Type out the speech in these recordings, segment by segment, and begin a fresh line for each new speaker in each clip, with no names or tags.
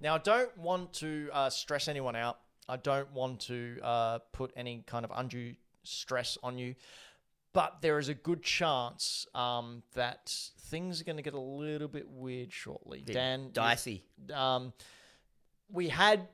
Now, I don't want to uh, stress anyone out. I don't want to uh, put any kind of undue stress on you. But there is a good chance um, that things are going to get a little bit weird shortly. Dan,
Dicey.
um, we had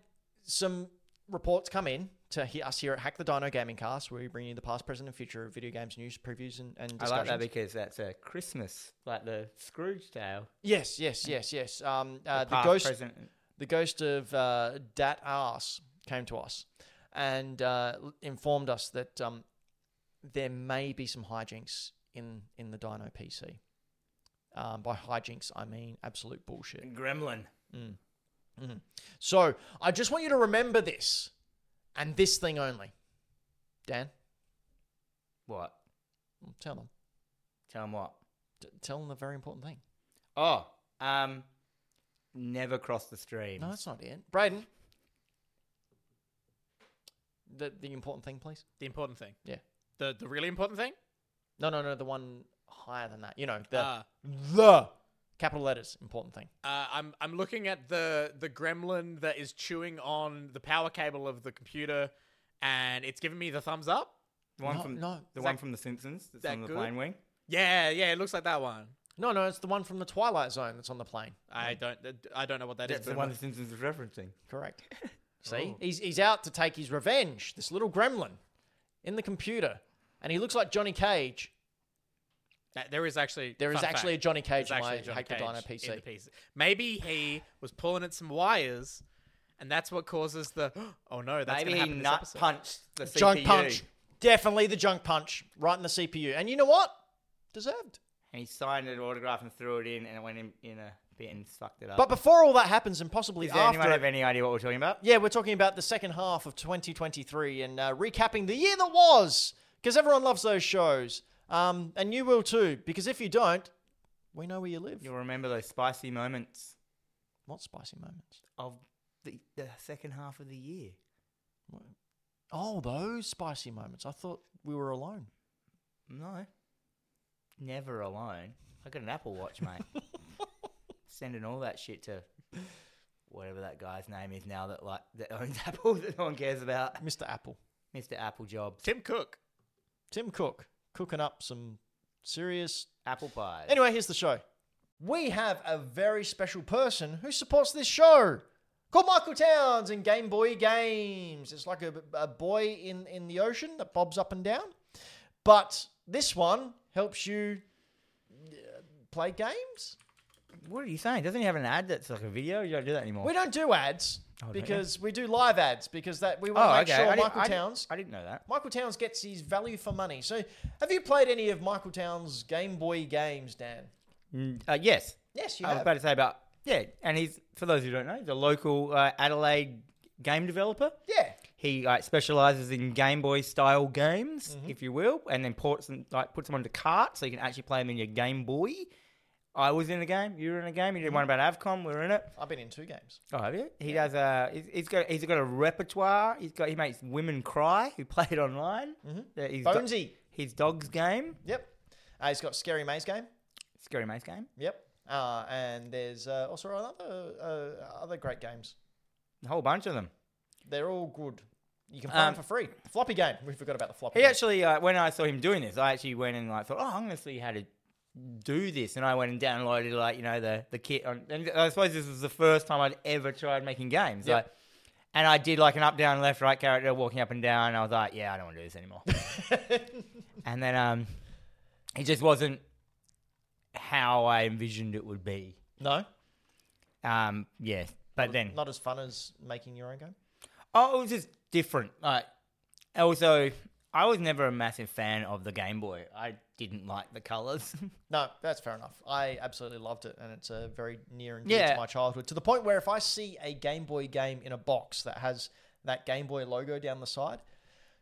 some reports come in to he- us here at Hack the Dino Gaming Cast, where we bring you the past, present, and future of video games news, previews, and, and
I
discussions.
like that because that's a Christmas, like the Scrooge tale.
yes, yes, yes, yes. Um, uh, the
Past,
ghost,
present,
the ghost of uh, Dat Ass came to us and uh, l- informed us that um, there may be some hijinks in in the Dino PC. Um, by hijinks, I mean absolute bullshit. Mm.
and Gremlin.
So I just want you to remember this and this thing only. Dan, mm,
What?
tell them.
Tell them what?
D- tell them the very important thing.
Oh, um, never cross the stream.
No, that's not it. Braden, the, the important thing, please.
The important thing.
Yeah.
The the really important thing.
No, no, no, the one higher than that. You know, the
Uh,
the capital letters important thing.
Uh, I'm I'm looking at the the gremlin that is chewing on the power cable of the computer, and it's giving me the thumbs up.
The one
No,
from
no.
the
Is
one
that-
from The Simpsons. That's
that
on the
good?
plane wing.
Yeah, yeah, it looks like that one.
No, no, it's the one from the Twilight Zone that's on the plane.
I don't I don't know what that is.
That's the
but
one The Simpsons is referencing.
Correct.
Oh.
See, he's he's out to take his revenge. This little gremlin in the computer, and he looks like Johnny Cage.
that- there is actually
There is
fun
actually a
fact,
Johnny Cage
there's
in my
actually a
Hack the
Johnny
Dino
Cage
PC.
in the PC. Maybe he was pulling at some wires, and that's what causes the oh no. That's
Maybe
gonna
he
happen this
nut
episode.
punched the CPU.
Junk punch. Definitely the junk punch right in the CPU. And you know what? Deserved.
And he signed an autograph and threw it in, and it went in, in a bit and sucked
Uh.
it up.
But before all that happens, and possibly
Does
after.
anyone
it-
have any idea what we're talking about?
Yeah, we're talking about the second half of 2023 and uh, recapping the year that was, because everyone loves those shows. Um, and you will too, because if you don't, we know where you live.
You'll remember those spicy moments
what spicy moments?
of the, the second half of the year.
What? Oh, those spicy moments. I thought we were alone.
No. Never alone. I got an Apple Watch, mate. Sending all that shit to whatever that guy's name is now that like that owns Apple that no one cares about.
Mr. Apple,
Mr. Apple Jobs.
Tim Cook.
Tim Cook, cooking up some serious
Apple Pie.
Anyway, here's the show. We have a very special person who supports this show called Michael Towns and Game Boy Games. It's like a, a boy in, in the ocean that bobs up and down. But this one helps you uh, play games.
What are you saying? Doesn't he have an ad that's like a video? You don't do that anymore.
We don't do ads
Oh. don't you?
because we do live ads because that we want to make sure
Oh, I didn't-
Michael
I didn't-
Towns
I didn't know that.
Michael Towns gets his value for money. So, have you played any of Michael Towns' Game Boy games, Dan?
Mm, Uh, yes.
Yes, you
I was
have.
about to say about yeah, and he's for those who don't know, he's a local uh, Adelaide game developer.
yeah.
He like specializes in Game Boy style games, if you will, and then ports them, like puts them onto cart so you can actually play them in your Game Boy. I was in a game. You were in a game. You did one about Avcom. We were in it.
I've been in two games.
Mm-hmm. Oh, have you? He does. Uh, he's, he's got. He's got a repertoire. He's got. He makes women cry. Who play it online? Mm-hmm. His, do-
Bonesy.
his dog's game.
Yep. Uh, he's got Scary Maze Game.
Scary Maze game.
Yep. Uh, and there's uh, also other uh, other great games.
A whole bunch of them.
They're all good. You can play
Um,
them for free. Floppy game. We forgot about the floppy.
He
game.
actually, uh, when I saw him doing this, I actually went and like thought, oh, I'm going to see how to do this, and I went and downloaded like you know the the kit. On, and I suppose this was the first time I'd ever tried making games.
Yep.
Like, and I did like an up, down, left, right character walking up and down. And I was like, yeah, I don't want to do this anymore. and then um, it just wasn't how I envisioned it would be.
no,
Um, yeah, but then
not as fun as making your own game.
Oh, it was just different. Like, also, I was never a massive fan of the Game Boy. I didn't like the colors.
No, that's fair enough. I absolutely loved it, and it's a very near and dear to
Yeah.
my childhood. To the point where if I see a Game Boy game in a box that has that Game Boy logo down the side,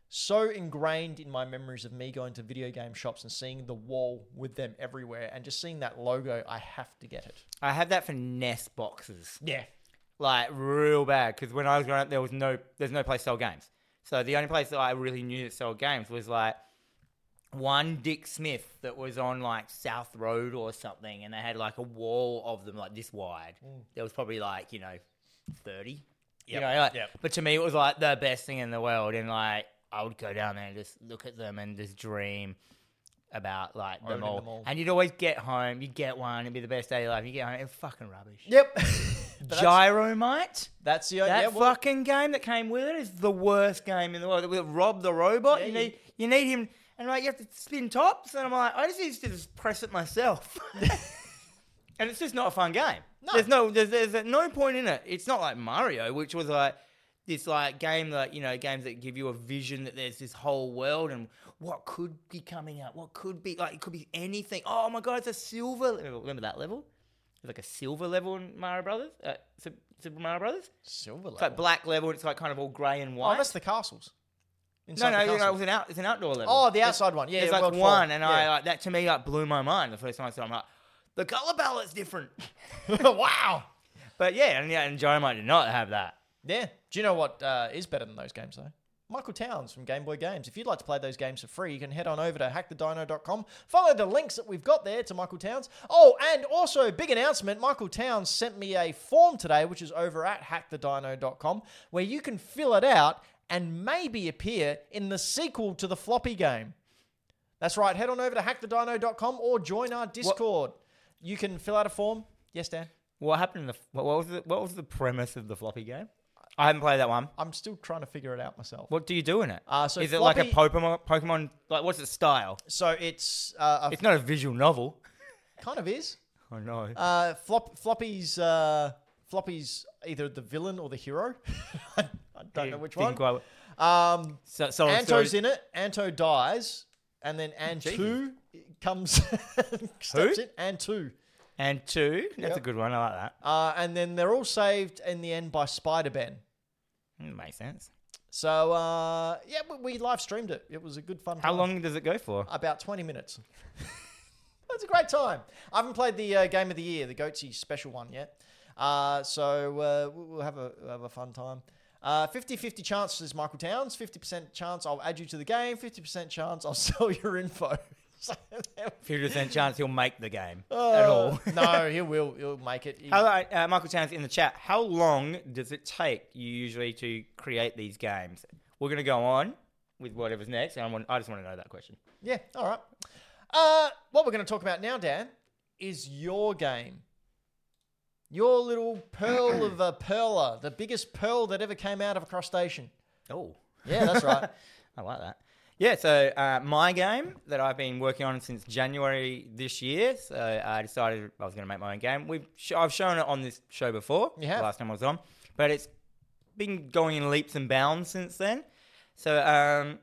so ingrained in my memories of me going to video game shops and seeing the wall with them everywhere, and just seeing that logo, I have to get it.
I had that for NES boxes,
Yeah,
like real bad. Because when I was growing up, there was no, there's no place to sell games. So the only place that I really knew that sold games was like one Dick Smith that was on like South
Mm.
Road or something, and they had like a wall of them like this wide. There was probably like you know thirty.
Yep,
You know, like,
yep.
But to me, it was like the best thing in the world, and like I would go down there and just look at them and just dream about like
Owning
them all.
them all.
And you'd always get home, you'd get one, it'd be the best day of your life. You get home, it's fucking rubbish.
Yep. But that's-
Gyromite.
That's the
That
yeah, well,
fucking game that came with it is the worst game in the world. With Rob the robot,
Yeah,
you
you-
need you need him, and like you have to spin tops, and I'm like, I just need to just press it myself. and it's just not a fun game.
No.
There's no there's, there's no point in it. It's not like Mario, which was like this like game that you know games that give you a vision that there's this whole world and what could be coming out, what could be like it could be anything. Oh my god, it's a silver. Remember remember that level? It's like a silver level in Mario Brothers, uh, Sup- Super Mario Brothers.
silver
It's like
level.
black level. It's like kind of all grey and
Oh,
white.
that's the castles.
no,
Inside
no,
the
you know, it
castles.
was an out, it's an outdoor level.
Oh, the
There's-
outside one. Yeah,
there's
yeah,
like
World Four.
one, and I
Yeah.
like that to me like blew my mind the first time I saw. it. I'm like, the color palette's different.
wow.
but yeah, and yeah, and Gyromite did not have that.
Yeah. Do you know what uh, is better than those games though? Michael Towns from Game Boy Games. If you'd like to play those games for free, you can head on over to hackthedino.com. Follow the links that we've got there to Michael Towns. Oh, and also big announcement: Michael Towns sent me a form today, which is over at hackthedino.com, where you can fill it out and maybe appear in the sequel to the floppy game. That's right. Head on over to hackthedino.com or join our Discord. You can fill out a form. Yes, Dan.
What happened in the what what was the what was the premise of the floppy game? I haven't played that one.
I'm still trying to figure it out myself.
What do you do in it?
Uh, so
is it like a
floppy-
Pokemon? Pokemon like what's its style?
So it's uh, a
It's not a visual novel.
Kind of is.
I know.
Uh, Flop Floppy's uh, Floppy's either the villain or the hero. I don't know which one. Um,
So, so,
Anto's
so-
in it. Anto dies, and then Antu comes. steps in. Antu,
and two. That's
Yep.
a good one. I like that.
uh, and then they're all saved in the end by Spider Ben.
Mm, Makes sense.
So uh, yeah, we, we live streamed it. It was a good fun.
How
time.
long does it go for?
About twenty minutes. That's a great time. I haven't played the uh, game of the year, the Goatsy special one yet. Uh, so uh, we- we'll have a we'll have a fun time. Uh, 50-50 chance is Michael Towns. 50% chance I'll add you to the game. 50% chance I'll sell your info. So there-
Fifty percent chance he'll make the game at
Uh,
all.
no, he will. He'll make it. He-
Oh. How long, uh, Michael Towns in the chat? How long does it take you usually to create these games? We're gonna go on with whatever's next, and I, want, I just want to know that question.
yeah, all right. Uh, what we're going to talk about now, Dan, is your game. Your little pearl of a perler, the biggest pearl that ever came out of a crustacean.
Oh,
Yeah, that's right.
I like that. Yeah, so uh, my game that I've been working on since January this year. So I decided I was going to make my own game. We've sh- I've shown it on this show before.
You have.
the last time I was on, but it's been going in leaps and bounds since then. So um,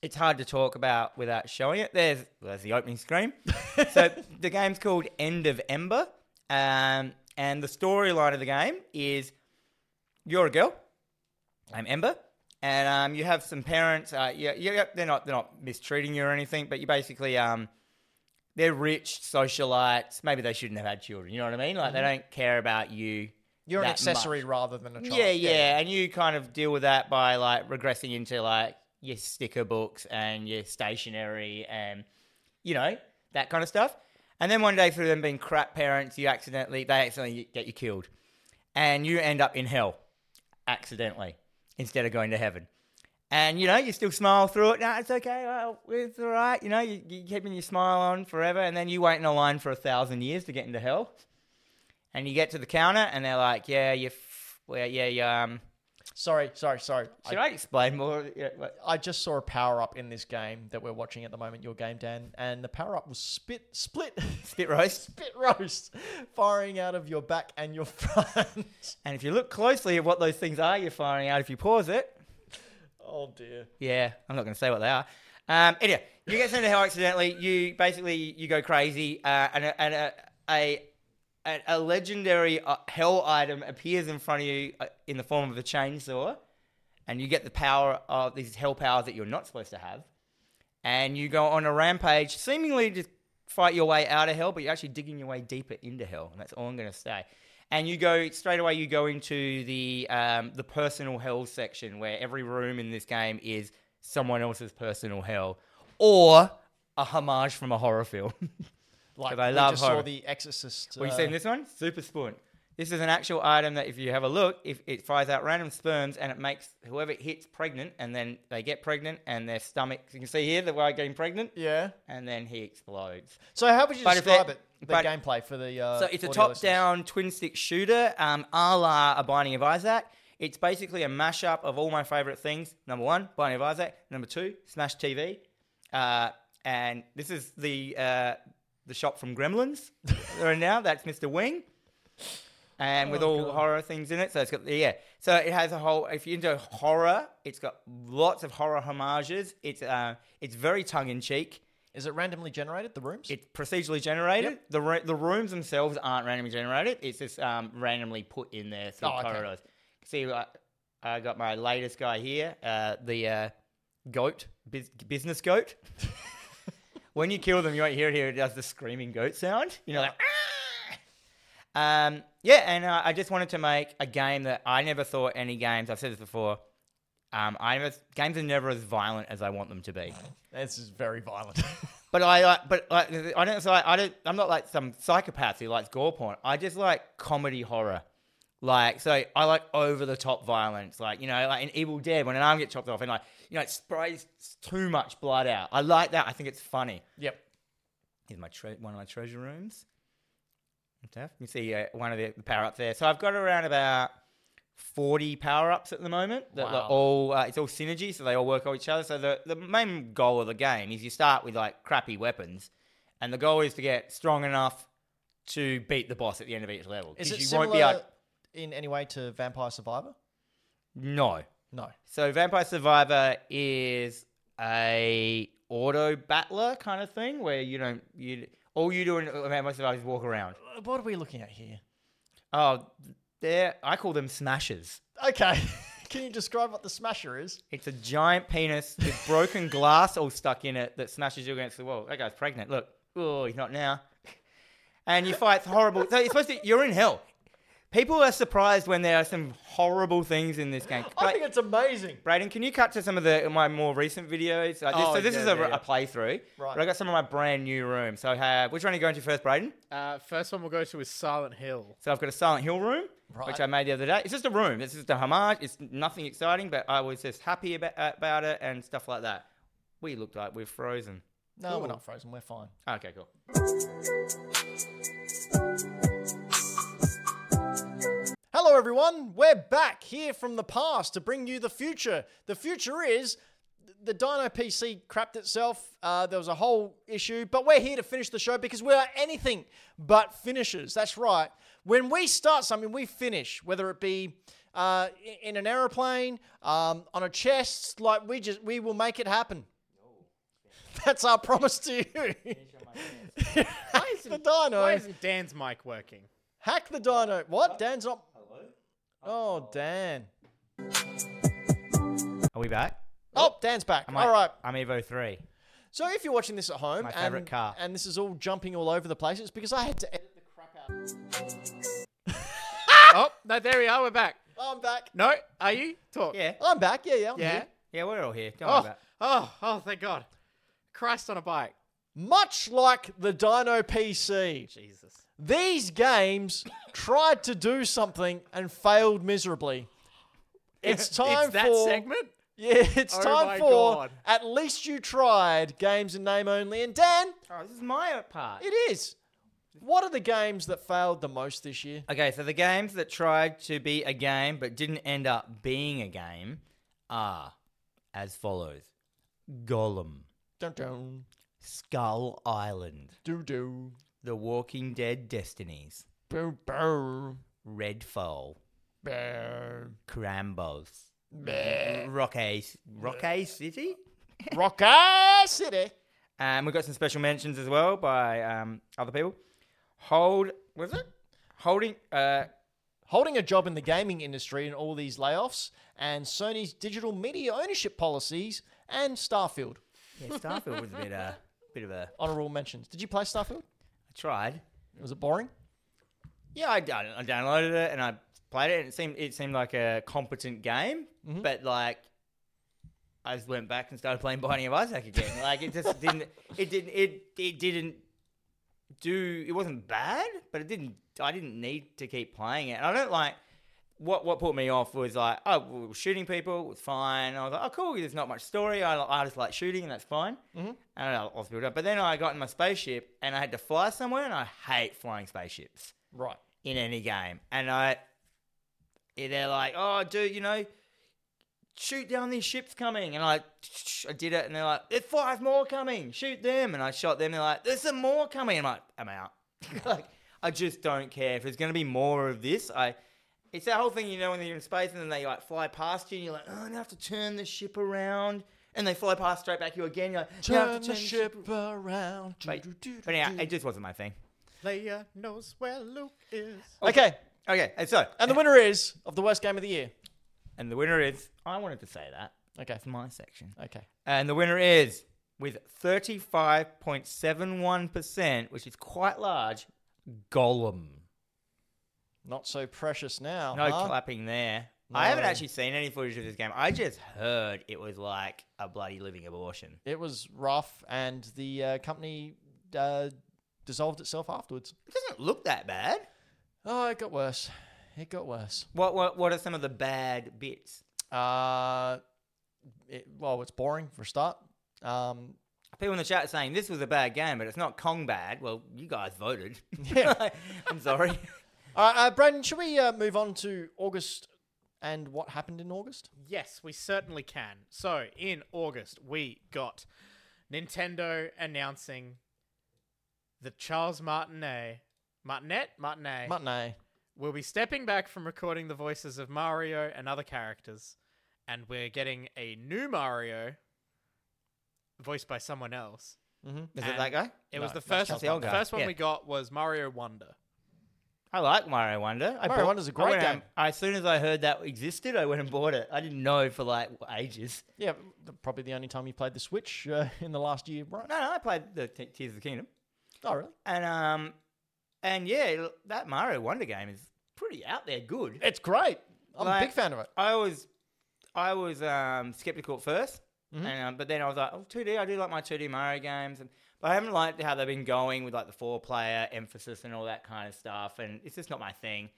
it's hard to talk about without showing it. There's well, there's the opening screen. so the game's called End of Ember, um, and the storyline of the game is you're a girl, I'm Ember, and um, you have some parents. Uh, yeah, yeah, yeah, they're not they're not mistreating you or anything, but you basically um, they're rich socialites. Maybe they shouldn't have had children. You know what I mean? Like they don't care about you.
You're an
that much.
accessory rather than a child.
Yeah, yeah, And you kind of deal with that by like regressing into like your sticker books and your stationery and you know, that kind of stuff. And then one day through them being crap parents, you accidentally they accidentally get you killed. And you end up in hell accidentally instead of going to heaven. And you know, you still smile through it. No, it's okay. Well, it's all right. You know, you, you keeping your smile on forever, and then you wait in a line for a thousand years to get into hell. And you get to the counter, and they're like, "Yeah, you, f- well, yeah, you, um."
Sorry, sorry, sorry.
Should
I,
I, explain more? Yeah, what-
I just saw a power up in this game that we're watching at the moment, your game, Dan, and the power up was spit, split,
Spit roast.
spit roast, firing out of your back and your front.
And if you look closely at what those things are, you're finding out if you pause it.
oh dear.
Yeah, I'm not going to say what they are. Um, anyway, you get sent to hell accidentally. You basically you go crazy, uh, and a, and a, a a- a legendary uh, hell item appears in front of you uh, in the form of a chainsaw, and you get the power of these hell powers that you're not supposed to have, and you go on a rampage, seemingly to fight your way out of hell, but you're actually digging your way deeper into hell, and that's all I'm going to say. And you go straight away. You go into the um, the personal hell section, where every room in this game is someone else's personal hell, or a homage from a horror film.
Like
But I
we
love
just saw
horror.
the Exorcist.
Well, you
uh,
seen this one? Super Spoon. This is an actual item that if you have a look, if it fires out random sperms and it makes whoever it hits pregnant, and then they get pregnant and their stomach. You can see here the guy getting pregnant,
Yeah.
and then he explodes.
So how would you
But if
describe
it-
it? The
but-
gameplay for the uh,
So it's a
audio listeners?
top-down twin-stick shooter, um, a la A Binding of Isaac. It's basically a mashup of all my favorite things. Number one, Binding of Isaac. Number two, Smash TV. Uh, and this is the uh, the shop from Gremlins right now. That's Mr. Wing. And
Oh,
with all horror things in it, so it's got yeah. So it has a whole. If you're into horror, it's got lots of horror homages. It's uh, it's very tongue in cheek.
Is it randomly generated? The rooms?
It's procedurally generated. The ro- the rooms themselves aren't randomly generated. It's just um, randomly put in there through
Oh, okay.
corridors. See, I, I got my latest guy here, uh, the uh, goat bus- business goat. when you kill them, you won't hear it here. It does the screaming goat sound. You know, like. "Ah!" Um, yeah, and uh, I just wanted to make a game that I never thought any games. I've said this before. Um, I never, games are never as violent as I want them to be.
this is very violent.
But I like, but like, I don't. So I, I don't. I'm not like some psychopath who likes gore porn. I just like comedy horror. Like, so I like over the top violence. Like, you know, like in Evil Dead when an arm gets chopped off and like, you know, it sprays too much blood out. I like that. I think it's funny.
yep.
Here's my tre- one of my treasure rooms. Okay, You can see uh, one of the, the power ups there. So I've got around about forty power ups at the moment. That are
Wow.
all uh, it's all synergy, so they all work on each other. So the the main goal of the game is you start with like crappy weapons, and the goal is to get strong enough to beat the boss at the end of each level.
Is
'Cause
it
you
similar
won't be able-
in any way to Vampire Survivor?
No.
No.
So Vampire Survivor is a auto battler kind of thing where you don't you all you do in Vampire Survivor is walk around.
Uh, What are we looking at here?
Oh, they're I call them smashers.
Okay. Can you describe what the smasher is?
It's a giant penis with broken glass all stuck in it that smashes you against the wall. That guy's pregnant. Look, oh, he's not now. And you fight horrible. So you're supposed to. You're in hell. People are surprised when there are some horrible things in this game.
I think it's amazing.
Braden, can you cut to some of the my more recent videos? Like this,
Oh,
so this
yeah,
is a,
yeah, yeah.
a playthrough.
Right.
But I got some of my brand new rooms. So I have, which one are you going to first, Braden?
Uh, first one we'll go to is Silent Hill.
So I've got a Silent Hill room,
Right.
which I made the other day. It's just a room. It's just a homage. It's nothing exciting, but I was just happy about, about it and stuff like that. We looked like we're frozen.
No, we're
Cool.
not frozen. We're fine.
Okay, cool.
Hello, everyone. We're back here from the past to bring you the future. The future is the Dino PC crapped itself. Uh, there was a whole issue, but we're here to finish the show because we are anything but finishers. That's right. When we start something, we finish, whether it be uh, i- in an aeroplane, um, on a chest, like we just we will make it happen.
Oh.
That's our promise to you. Hack the dino.
Why isn't Dan's mic working?
Hack the dino. What? Dan's not. Hello. Oh, Dan.
Are we back?
Oh, Dan's back.
I'm
all right.
I'm Evo 3.
So if you're watching this at home,
My favourite
and,
car.
and this is all jumping all over the place, it's because I had to edit the crap out.
oh, no, there we are. We're back.
I'm back.
No, are you? Talk.
Yeah.
I'm back. Yeah, yeah. I'm
Yeah.
here.
Yeah, we're all here. Don't worry
Oh,
about it.
oh, oh, thank God. Christ on a bike.
Much like the Dino PC,
Jesus.
these games tried to do something and failed miserably. It's time
it's that
for
segment?
yeah. It's
Oh
time
my
for
God.
at least you tried games in name only. And Dan,
Oh, this is my part.
it is. What are the games that failed the most this year?
Okay, so the games that tried to be a game but didn't end up being a game are as follows Golem,
Dun dun
Skull Island,
doo doo
The Walking Dead Destinies,
boo boo.
Redfall,
Rocky
Crambos, Rocky, Rocky City.
City.
And we got some special mentions as well by um, other people. Hold, was it? Holding, uh,
Holding a job in the gaming industry and all these layoffs, and Sony's digital media ownership policies, and Starfield.
yeah, Starfield was a bit, uh, bit of a,
Honorable mentions. Did you play Starfield?
I tried.
Was it boring?
Yeah, I, done- I downloaded it and I played it, and it seemed it seemed like a competent game. But like, I just went back and started playing Binding of Isaac again. like, it just didn't. It didn't. It it didn't do. It wasn't bad, but it didn't I didn't need to keep playing it. And I don't like what what put me off was like, oh, we were shooting people, it's fine. I was like, oh, cool, there's not much story. I, I just like shooting, and that's fine. Mm-hmm. And I was built up. But then I got in my spaceship, and I had to fly somewhere, and I hate flying spaceships
Right.
in any game. And I, yeah, they're like, oh, dude, you know, shoot down these ships coming. And I, I did it, and they're like, there's five more coming. Shoot them. And I shot them. They're like, there's some more coming. And I'm like, I'm out. like, I just don't care if there's gonna be more of this. I, it's that whole thing, you know, when you're in space and then they like fly past you, and you're like, oh, now I have to turn the ship around. And they fly past straight back you again. You're like, now I have to
Turn the ship around.
But,
Do-do-do-do-do.
but yeah, it just wasn't my thing.
Leia knows where Luke is.
Okay.
Okay, and so
And the winner is of the worst game of the year.
And the winner is. I wanted to say that.
Okay.
That's my section.
Okay.
And the winner is, with 35.71%, which is quite large, Gollum.
Not so precious now.
No
huh?
clapping there. I haven't
No.
actually seen any footage of this game. I just heard it was like a bloody living abortion.
It was rough, and the uh, company uh, dissolved itself afterwards.
It doesn't look that bad.
Oh, it got worse. It got worse.
What what, what are some of the bad bits?
Uh, it, well, it's boring for a start. Um,
People in the chat saying this was a bad game, but it's not Kong bad. Well, you guys voted.
Yeah.
I'm sorry.
all right, uh, Braden, should we uh, move on to August and what happened in August?
Yes, we certainly can. So, in August, we got Nintendo announcing the Charles Martinet, Martinet, Martinet,
Matinee.
will be stepping back from recording the voices of Mario and other characters, and we're getting a new Mario, voiced by someone else.
Mm-hmm.
Is it
And
that guy?
It
No,
was the
that's
first.
Charles
The
Martinet.
first one
Yeah.
we got was Mario Wonder.
I like Mario Wonder. I
Mario Wonder's a great
I went
game.
and- I- as soon as I heard that existed, I went and bought it. I didn't know for like ages.
Yeah, th- probably the only time you played the Switch uh, in the last year, right?
No, no, I played the T- Tears of the Kingdom,
Oh, really?
and um, and yeah, l- that Mario Wonder game is pretty out there good.
It's great. I'm
Like-
a big fan of it.
I was, I was um skeptical at 1st
Mm-hmm.
and um, but then I was like, oh, 2D. I do like my 2D Mario games, and but I haven't liked how they've been going with like the four player emphasis and all that kind of stuff, and it's just not my thing.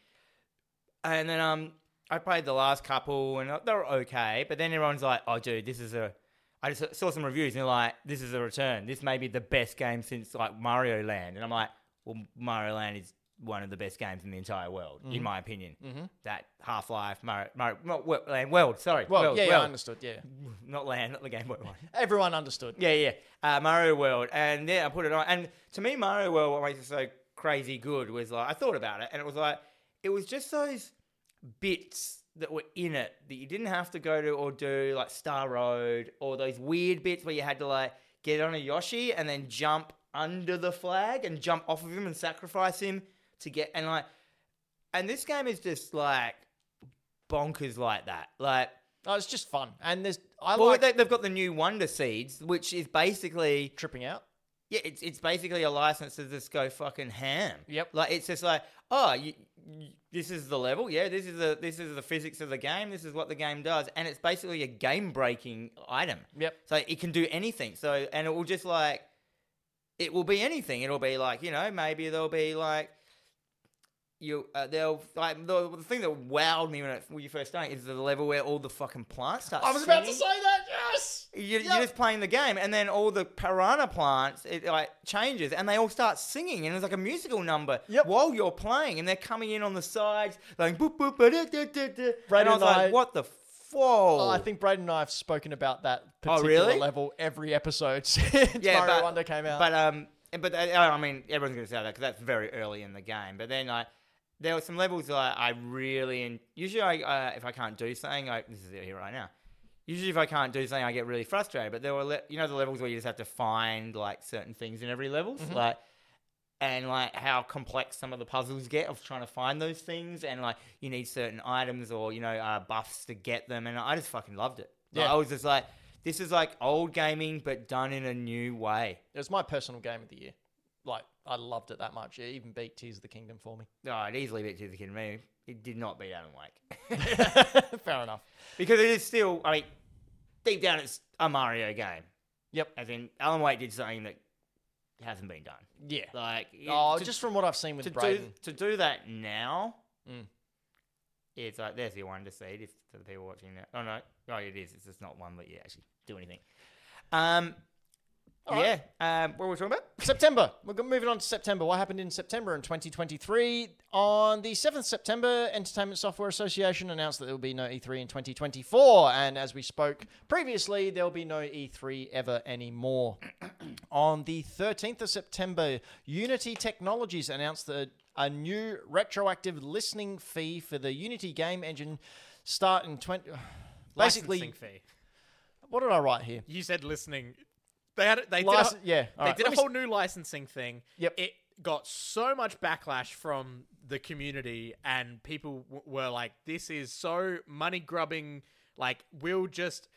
And then um, I played the last couple, and they were okay. But then everyone's like, "Oh, dude, this is a." I just saw some reviews, and they're like, "This is a return. This may be the best game since like Mario Land." And I'm like, "Well, Mario Land is one of the best games in the entire world,
Mm-hmm.
in my opinion. That Half Life, Mario, Mario, not wo- Land, World. Sorry,
Well,
World,
yeah, yeah, I
World.
understood. Yeah,
not Land, not the Game Boy one.
everyone understood.
Yeah, yeah. Uh, Mario World, and yeah, I put it on. And to me, Mario World, what makes it so crazy good was like I thought about it, and it was like it was just those bits that were in it that you didn't have to go to or do, like Star Road, or those weird bits where you had to like get on a Yoshi and then jump under the flag and jump off of him and sacrifice him to get and like. And this game is just like bonkers like that, like.
Oh, it's just fun, and there's I
Well,
like
they, they've got the new Wonder Seeds, which is basically
tripping out.
yeah, it's it's basically a license to just go fucking ham.
Yep.
Like it's just like, oh, you, you, this is the level. Yeah, this is the this is the physics of the game. This is what the game does, and it's basically a game breaking item.
Yep.
So it can do anything. So and it will just like, it will be anything. It'll be like you know maybe there'll be like. You, uh, they'll like the, the thing that wowed me when, it, when you first started is the level where all the fucking plants start.
I was about to
singing.
say that. Yes.
You,
Yep.
You're just playing the game, and then all the piranha plants it like changes, and they all start singing, and it's like a musical number
Yep.
while you're playing, and they're coming in on the sides, like boop boop, ba, da, da, da, da.
Right,
and I
and
was
I-
like, what the whoa?
Oh, I think Braden and I have spoken about that
Oh,
particular
really?
level every episode since Mario Wonder came out.
But um, but uh, I mean, everyone's gonna say that because that's very early in the game. But then I. There were some levels that I, I really and usually I, uh, if I can't do something, I, this is it here right now. Usually, if I can't do something, I get really frustrated. But there were le- you know the levels where you just have to find like certain things in every level, like and like how complex some of the puzzles get of trying to find those things and like you need certain items or you know uh, buffs to get them and i just fucking loved it Like,
Yeah.
i was just like this is like old gaming but done in a new way
it was my personal game of the year. Like I loved it that much. It even beat Tears of the Kingdom for me.
oh it easily beat to the kid me it did not beat alan wake
Fair enough.
because it is still i mean deep down it's a mario game
Yep.
as in alan wake did something that hasn't been done.
Yeah.
Like, it-
Oh,
to-
just from what I've seen
to
with
do
Braden.
to do that now.
Mm.
It's like there's your one to see it if for the people watching that. Oh no, oh it is. It's just not one that you actually do anything. Um,
All
yeah.
right.
Um, what were we talking about?
September. We're go- moving on to September. What happened in September in 2023? On the 7th September, Entertainment Software Association announced that there will be no E3 in 2024. And as we spoke previously, there will be no E3 ever anymore. on the 13th of September, Unity Technologies announced that a new retroactive listening fee for the Unity game engine start in 20. Basically,
Licensing fee.
what did I write here?
You said listening. They had they
Lic-
did
yeah,
a,
all
they
right,
did
let
a
me
whole new licensing thing.
Yep.
It got so much backlash from the community, and people w- were like, "This is so money grubbing. Like, we'll just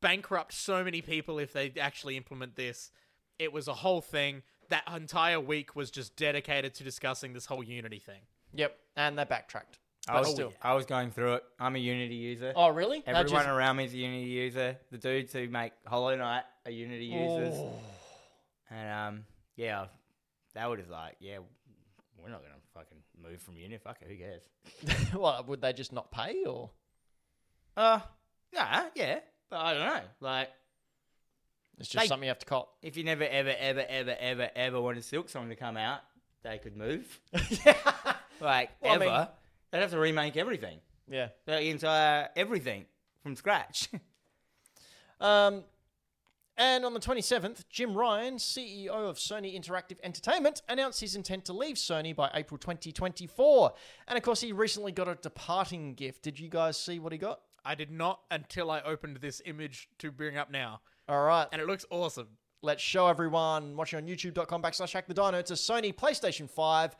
bankrupt so many people if they actually implement this." It was a whole thing. That entire week was just dedicated to discussing this whole Unity thing.
Yep, and they backtracked.
I
Oh,
But
was
still.
I was going through it. I'm a Unity user.
Oh, really? That
Everyone
just-
around me is a Unity user. The dudes who make Hollow Knight are Unity users.
Oh.
And um, yeah, they were just like, yeah, we're not gonna fucking move from Unity. Fuck it, who cares?
well, would they just not pay or?
Uh, nah, yeah, but I don't know. Like,
It's just
They-
something you have to cop.
if you never, ever, ever, ever, ever, ever wanted Silk Song to come out, they could move.
yeah.
Like,
Well, I
ever.
mean-
They'd have to remake everything.
Yeah.
The entire everything from scratch.
Um, and on the 27th, Jim Ryan, CEO of Sony Interactive Entertainment, announced his intent to leave Sony by April 2024. And of course, he recently got a departing gift. Did you guys see what he got?
I did not until I opened this image to bring up now,
All right.
and it looks awesome.
Let's show everyone watching on youtube.com backslash hack the dino. It's a Sony PlayStation 5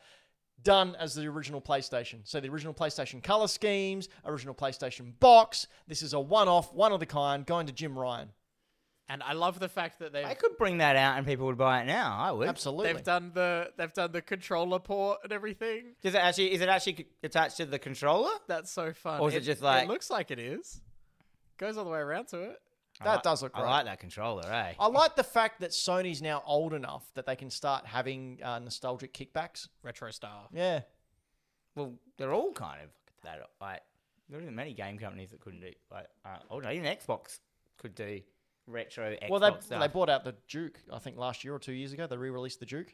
done as the original PlayStation. So the original PlayStation color schemes, original PlayStation box. This is a one off, one of the kind, going to Jim Ryan.
And I love the fact that they
I could bring that out and people would buy it now. I would.
Absolutely.
they've done the they've done the controller port and everything.
Does it actually? Is it actually c- attached to the controller?
That's so fun.
Or is it just like-
it looks like it is? Goes all the way around to it.
That does look Oh.
I
right.
like that controller, eh?
I like the fact that Sony's now old enough that they can start having uh, nostalgic kickbacks.
Retro style.
Yeah.
Well, they're all kind of that. Like, there isn't many game companies that couldn't do. Like, uh, oh no, even Xbox could do retro Xbox
Well, they,
stuff.
they bought out the Duke, I think, last year or two years ago. They re released the Duke.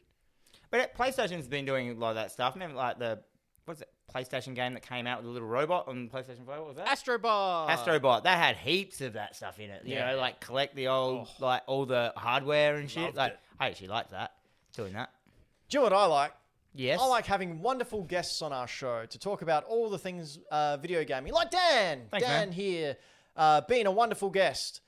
but it- PlayStation's been doing a lot of that stuff. Remember, like the what's it? PlayStation game that came out with a little robot on PlayStation Five. What was that?
Astro Ball.
Astrobot. That had heaps of that stuff in it. You
Yeah. Oh.
know, like collect the old, like all the hardware and shit.
Loved
like,
it.
I actually liked that. Doing that.
Do you know what I like?
Yes.
I like having wonderful guests on our show to talk about all the things uh, video gaming, like Dan.
Thanks,
Dan
man.
here, uh, being a wonderful guest.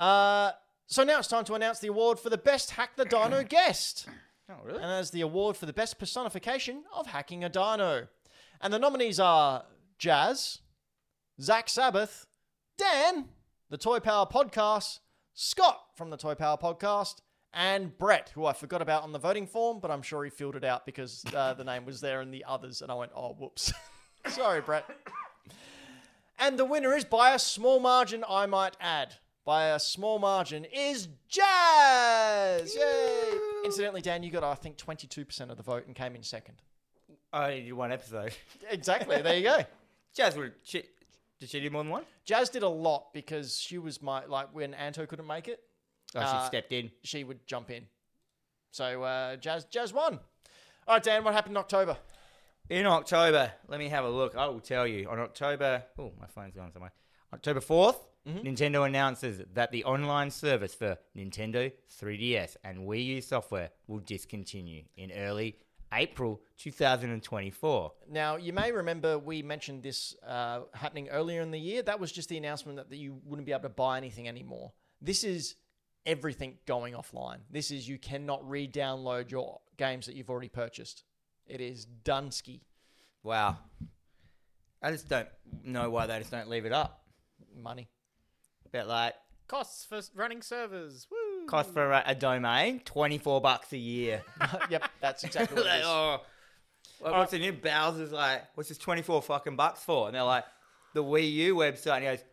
Uh, so now it's time to announce the award for the best Hack the Dino guest.
Oh, really?
And as the award for the best personification of hacking a dino. And the nominees are Jazz, Zach Sabbath, Dan, the Toy Power Podcast, Scott from the Toy Power Podcast, and Brett, who I forgot about on the voting form, but I'm sure he filled it out because uh, the name was there in the others, and I went, oh, whoops. Sorry, Brett. And the winner is by a small margin, I might add. By a small margin is Jazz! Yay! Incidentally, Dan, you got, I think, 22% of the vote and came in second.
Oh, I only did one episode.
Exactly, there you go.
Jazz would. She, did she do more than one?
Jazz did a lot because she was my, like, when Anto couldn't make it,
Oh,
Uh,
she stepped in.
she would jump in. So, uh, Jazz, Jazz won. All right, Dan, what happened in October?
In October, let me have a look. I will tell you. On October, oh, my phone's gone somewhere. October 4th, Nintendo announces that the online service for Nintendo 3DS and Wii U software will discontinue in early April 2024.
Now, you may remember we mentioned this uh, happening earlier in the year. That was just the announcement that, that you wouldn't be able to buy anything anymore. This is everything going offline. This is you cannot re download your games that you've already purchased. It is Dunsky.
Wow. I just don't know why they just don't leave it up.
Money.
But like,
Costs for s- running servers. Woo.
cost for a, a domain, 24 bucks a year.
yep, that's exactly what
Like,
it is.
oh, well, what's the new Bowser's like, what's this 24 fucking bucks for? And they're like, the Wii U website. And he goes,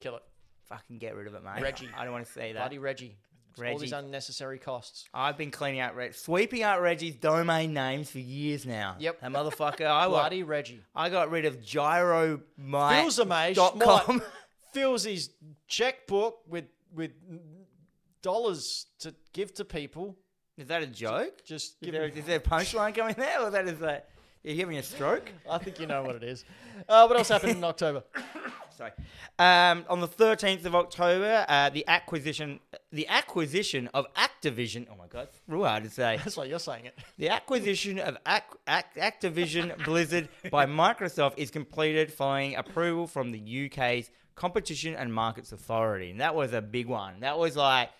Kill it.
fucking get rid of it, mate.
Reggie.
I don't want to see that.
Bloody Reggie. All these
Reggie.
unnecessary costs.
I've been cleaning out Reg, sweeping out Reggie's domain names for years now.
Yep.
That motherfucker. I got,
Bloody Reggie.
I got rid of gyro
Feels amazed.
com.
fills his checkbook with with dollars to give to people.
Is that a joke?
Just
Is
give
there,
him-
is there a punchline coming there, or that is like, are you having a stroke?
I think you know what it is. Uh, what else happened in October?
Sorry. Um, on the 13th of October, uh, the acquisition, the acquisition of Activision. Oh my God, it's real hard to say.
That's like you're saying it.
The acquisition of Ac- Ac- Activision Blizzard by Microsoft is completed following approval from the UK's Competition and Markets Authority, and that was a big one. That was like,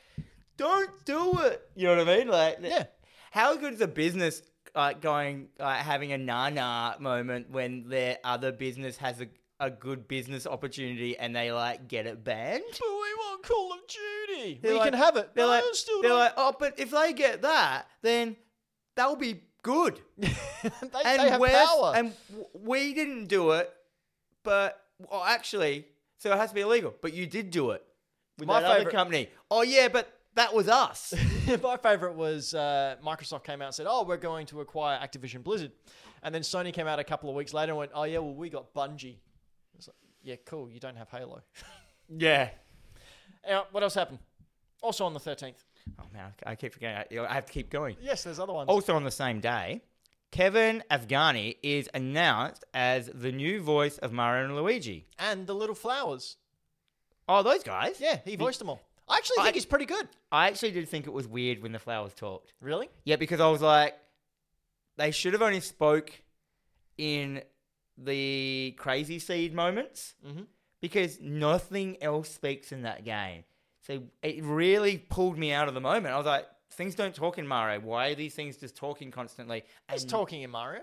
don't do it. You know what I mean? Like,
Yeah.
How good is a business like going like having a na na moment when their other business has a a good business opportunity and they like get it banned?
But we want Call of Duty.
They're
we
like-
can have it.
They're
No,
like,
still
they're
not.
like, oh, but if they get that, then that'll be good
they,
and
they have
we're-
power.
and w- we didn't do it, but well, actually, so it has to be illegal. But you did do it with
My
that other
favourite-
company. Oh yeah, but that was us.
My favorite was uh, Microsoft came out and said, "Oh, we're going to acquire Activision Blizzard," and then Sony came out a couple of weeks later and went, "Oh yeah, well we got Bungie." It's like, yeah, cool. You don't have Halo.
yeah.
Uh, what else happened? Also on the thirteenth.
Oh man, I I keep forgetting. I I have to keep going.
Yes, there's other ones.
Also on the same day, Kevin Afghani is announced as the new voice of Mario and Luigi.
and the Little Flowers.
Oh, those guys.
Yeah, he voiced them all. I actually think
I-
he's pretty good.
I actually did think it was weird when the flowers talked.
Really?
Yeah, because I was like, they should have only spoke in the crazy seed moments
Mhm.
because nothing else speaks in that game. So it really pulled me out of the moment. I was like, things don't talk in Mario. Why are these things just talking constantly?
He's
And-
talking in Mario.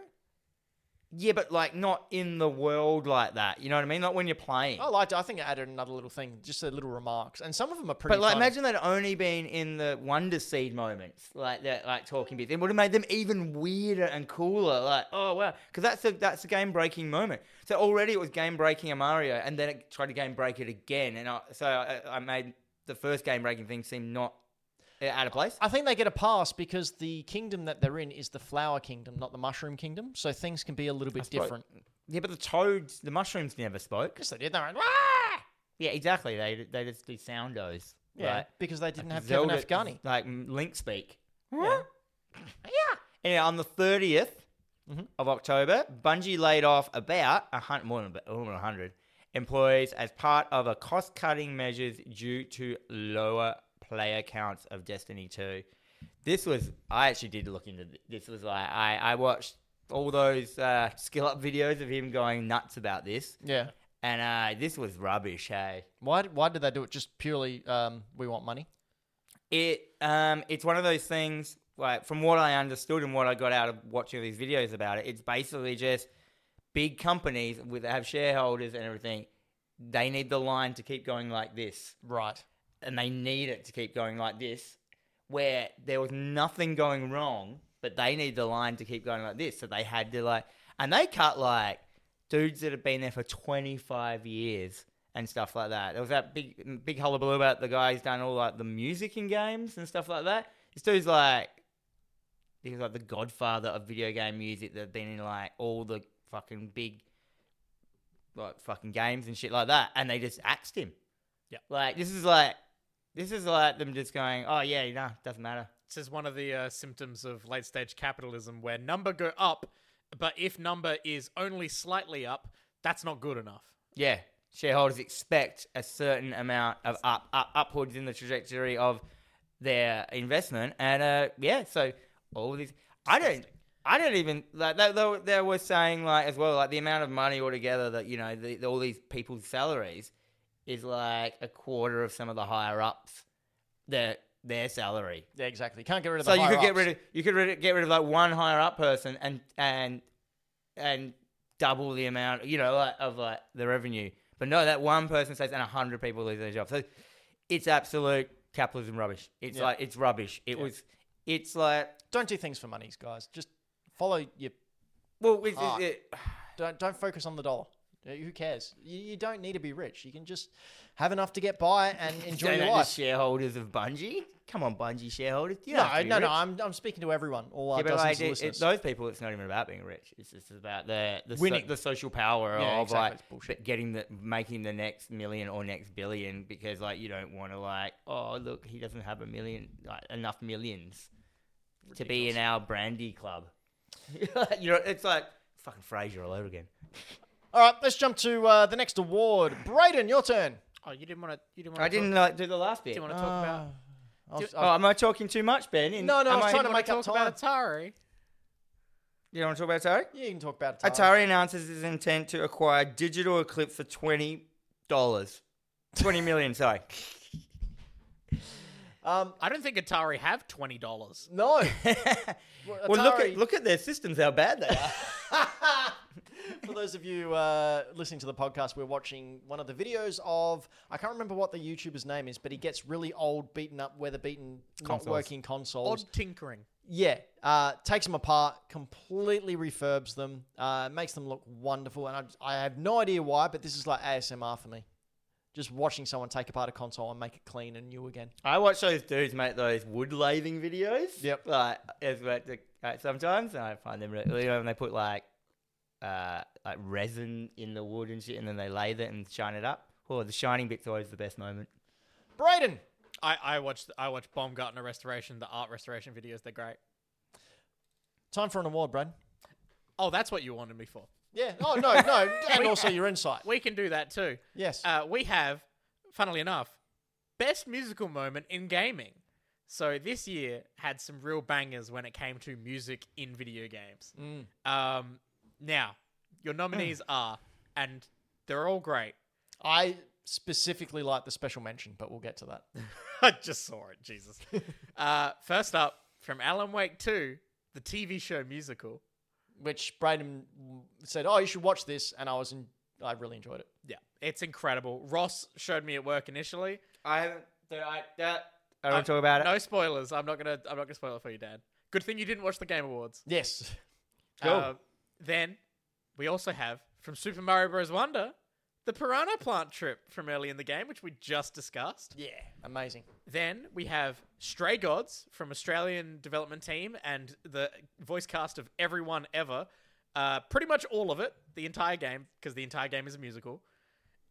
Yeah, but like not in the world like that. You know what I mean? Like when you're playing.
I liked it. I think it added another little thing, just the little remarks, and some of them are pretty.
But like,
funny.
imagine they'd only been in the Wonder Seed moments, like that, like talking bits. It would have made them even weirder and cooler. Like, oh wow, because that's a that's a game breaking moment. So already it was game breaking a Mario, and then it tried to game break it again, and I, so I, I made the first game breaking thing seem not uh, out of place.
I think they get a pass because the kingdom that they're in is the flower kingdom, not the mushroom kingdom. So things can be a little bit
suppose-
different.
Yeah, but the toads, the mushrooms never spoke.
Yes, they did. They went, "Wah!"
Yeah, exactly. They they just do
Ah!
soundos.
Yeah,
right?
because they didn't have
Zelda-
Kevin Afghani.
Like mm, Link speak.
Yeah.
Anyway, on the 30th
Mhm.
of October, Bungie laid off about a hundred, more than about- more than 100 employees as part of a cost-cutting measures due to lower player counts of Destiny 2. This was I actually did look into th- this. Was like I, I watched all those uh, skill up videos of him going nuts about this,
Yeah.
and uh, this was rubbish. Hey,
Why? Why did they do it? Just purely, um, we want money.
It um, it's one of those things. Like from what I understood and what I got out of watching these videos about it, it's basically just big companies with have shareholders and everything. They need the line to keep going like this,
Right.
and they need it to keep going like this. Where there was nothing going wrong, but they need the line to keep going like this, so they had to like, and they cut like dudes that have been there for twenty five years and stuff like that. There was that big big hullabaloo about the guy who's done all like the music in games and stuff like that. This dude's like he was like the godfather of video game music that've been in like all the fucking big like fucking games and shit like that. And they just axed him.
Yep.
Like this is like this is like them just going, Oh yeah, nah, doesn't matter.
This is one of the uh, symptoms of late stage capitalism where number go up, but if number is only slightly up, that's not good enough.
Yeah. Shareholders expect a certain amount of up, up upwards in the trajectory of their investment, and uh, yeah, so all these. I don't. I don't even like they, they, were- they were saying like as well like the amount of money altogether that you know the, all these people's salaries is like a quarter of some of the higher ups their their salary.
Yeah, exactly. Can't get rid of.
So
the
you could get
higher-ups.
rid of you could rid get rid of like one higher up person and and and double the amount you know like, of like the revenue. But no, that one person stays and hundred people lose their job. So it's absolute capitalism rubbish. It's
Yeah.
like it's rubbish. It
Yeah.
was. It's like
Don't do things for monies, guys. Just follow your.
well, it's,
Ah.
it,
Don't don't focus on the dollar. Uh, Who cares? You, you don't need to be rich. You can just have enough to get by and enjoy
Don't
your
know the
life.
shareholders of Bungie. Come on, Bungie shareholders. You don't
No,
have to be
no, no.
rich.
I'm, I'm speaking to everyone. All our
Yeah, but
dozens
like,
of
it- it-
listeners.
those people, it's not even about being rich. It's just about the the, so-
Winning.
the social power
Yeah,
of
exactly. It's
like but getting the making the next million or next billion because like you don't want to like oh look he doesn't have a million like enough millions to be in our brandy club. you know, it's like fucking Fraser all over again.
All right, let's jump to uh, the next award. Brayden, your turn.
Oh, you didn't want to. You didn't want
I didn't like do the last
Do
bit.
you want to talk
I
about?
was- I
Oh,
was-
am I talking too much, Ben? In-
no, no, I
am
was trying to
wanna
make up
talk about
time.
Atari.
You want to talk about Atari?
Yeah, you can talk about it. Tara.
oh. Atari announces its intent to acquire Digital Eclipse for twenty dollars, twenty million. Sorry,
Um,
I don't think Atari have twenty dollars.
no.
well, look
Atari-
at look at their systems. How bad they are.
For those of you uh, listening to the podcast, we're watching one of the videos of I can't remember what the YouTuber's name is, but he gets really old, beaten up, weather beaten, not
Consoles.
working consoles.
Odd tinkering.
Yeah, uh, takes them apart, completely refurbs them, uh, makes them look wonderful, and I, I have no idea why, but this is like ASMR for me. Just watching someone take apart a console and make it clean and new again.
I watch those dudes make those wood lathing videos.
Yep.
Like as about the, like, sometimes and I find them really you know, when they put like uh like resin in the wood and shit, and then they lathe it and shine it up. Oh, the shining bit's always the best moment.
Brayden,
I I watched I watched Baumgartner Restoration, the art restoration videos. They're great.
time for an award, Brayden.
Oh, that's what you wanted me for.
Yeah. Oh no, no, and also your insight.
We can do that too.
Yes.
Uh, we have, funnily enough, best musical moment in gaming. So this year had some real bangers when it came to music in video games. Um, now your nominees are, and they're all great.
I specifically like the special mention, but we'll get to that.
I just saw it, Jesus. uh, first up, from Alan Wake 2, the TV show musical.
Which Brayden said, "Oh, you should watch this," and I was in. I really enjoyed it.
Yeah, it's incredible. Ross showed me at work initially.
I haven't. I that. I don't talk about it.
No spoilers. I'm not gonna. I'm not gonna spoil it for you, Dad. Good thing you didn't watch the Game Awards.
Yes.
Cool.
Uh, then we also have from Super Mario Bros. Wonder the Piranha Plant trip from early in the game, which we just discussed.
Yeah. Amazing.
Then we have Stray Gods from Australian development team and the voice cast of everyone ever, uh, pretty much all of it, the entire game, because the entire game is a musical.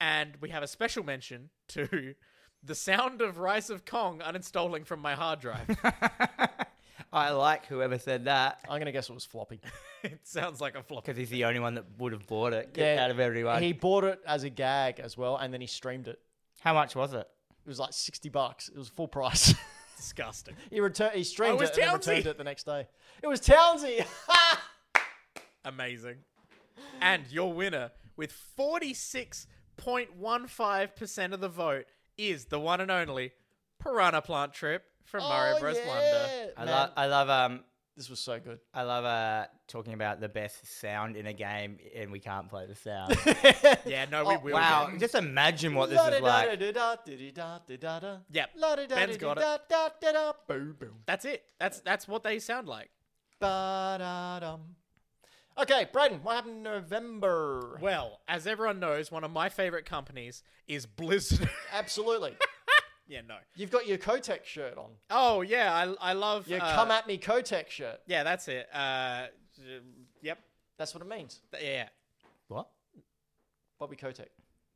And we have a special mention to the sound of Rise of Kong uninstalling from my hard drive.
I like whoever said that.
I'm gonna guess it was floppy.
it sounds like a flop.
Because he's the only one that would have bought it. Get out of everyone.
He bought it as a gag as well, and then he streamed it.
How much was it?
It was like sixty bucks. It was full price.
Disgusting.
he returned. He streamed
Oh, it was
it, and then
Townsy.
returned it the next day. It was Townsy.
Amazing. And your winner with 46.15% of the vote is the one and only Piranha Plant Trip from Mario
Oh,
Bros.
yeah.
Wonder.
I
Man,
love. I love. Um.
this was so good.
I love uh, talking about the best sound in a game, and we can't play the sound.
Yeah, no,
Oh,
we will.
wow!
get-
Just imagine what this is like.
La-da-da-da-da-da-da-da-da-da.
Yep. Ben's got it.
La-da-da-da-da-da-da. Boom, boom.
That's it. That's that's what they sound like.
Ba-da-dum. Okay, Braden, what happened in November?
Well, as everyone knows, one of my favorite companies is Blizzard.
Absolutely.
yeah, no.
You've got your Kotex shirt on.
Oh, yeah, I, I love.
Your
uh,
come at me Kotex shirt.
Yeah, that's it. Uh, j- yep.
That's what it means.
Th- Yeah.
What?
Bobby Kotex.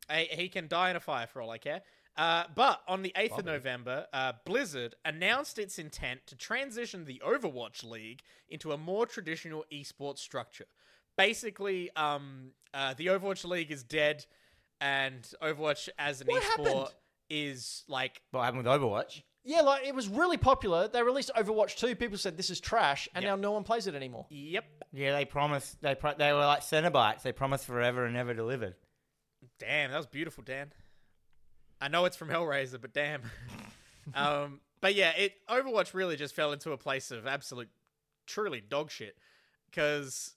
I, he can die in a fire for all I care. Uh, but on the 8th of November, uh, Blizzard announced its intent to transition the Overwatch League into a more traditional esports structure. Basically, um, uh, the Overwatch League is dead, and Overwatch as an
What
esport
happened?
is like
What happened with Overwatch?
Yeah, like it was really popular. They released Overwatch 2. People said this is trash, and
Yep.
now no one plays it anymore.
yep,
Yeah, they promised. They pro- they were like Cenobites. They promised forever and never delivered.
Damn, that was beautiful, Dan. I know it's from Hellraiser, but damn. um, but yeah, it Overwatch really just fell into a place of absolute, truly dog shit. Because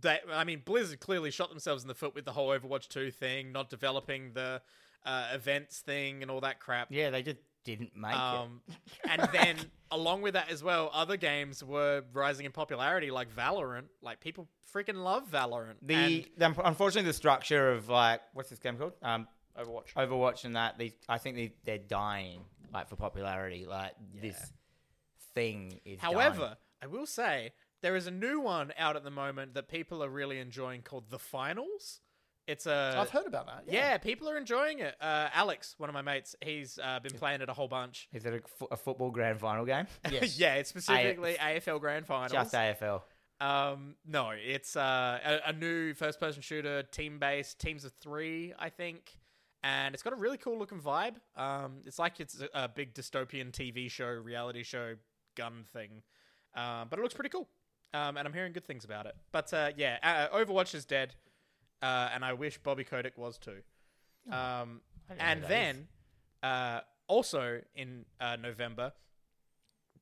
they, I mean, Blizzard clearly shot themselves in the foot with the whole Overwatch Two thing, not developing the uh, events thing and all that crap.
Yeah, they just didn't make
Um, and then along with that as well, other games were rising in popularity, like Valorant. Like people freaking love Valorant.
it. The,
And
the unfortunately the structure of like what's this game called? Um,
Overwatch.
Overwatch and that they I think they they're dying like for popularity. Like this thing is. dying.
however, I will say there is a new one out at the moment that people are really enjoying called The Finals. It's a
I've heard about that.
yeah, people are enjoying it. Uh, Alex, one of my mates, he's uh, been playing it a whole bunch.
is it a, fo- a football grand final game?
Yes.
yeah, it's specifically AFL Grand Finals.
Just AFL.
Um, no, it's uh, a, a new first-person shooter, team-based, teams of three, I think, and it's got a really cool-looking vibe. Um, it's like it's a, a big dystopian TV show, reality show, gun thing, um, but it looks pretty cool, um, and I'm hearing good things about it. But uh, yeah, uh, Overwatch is dead, uh, and I wish Bobby Kotick was too.
Oh,
Um,
I didn't know
and
that
then uh, also in uh, November,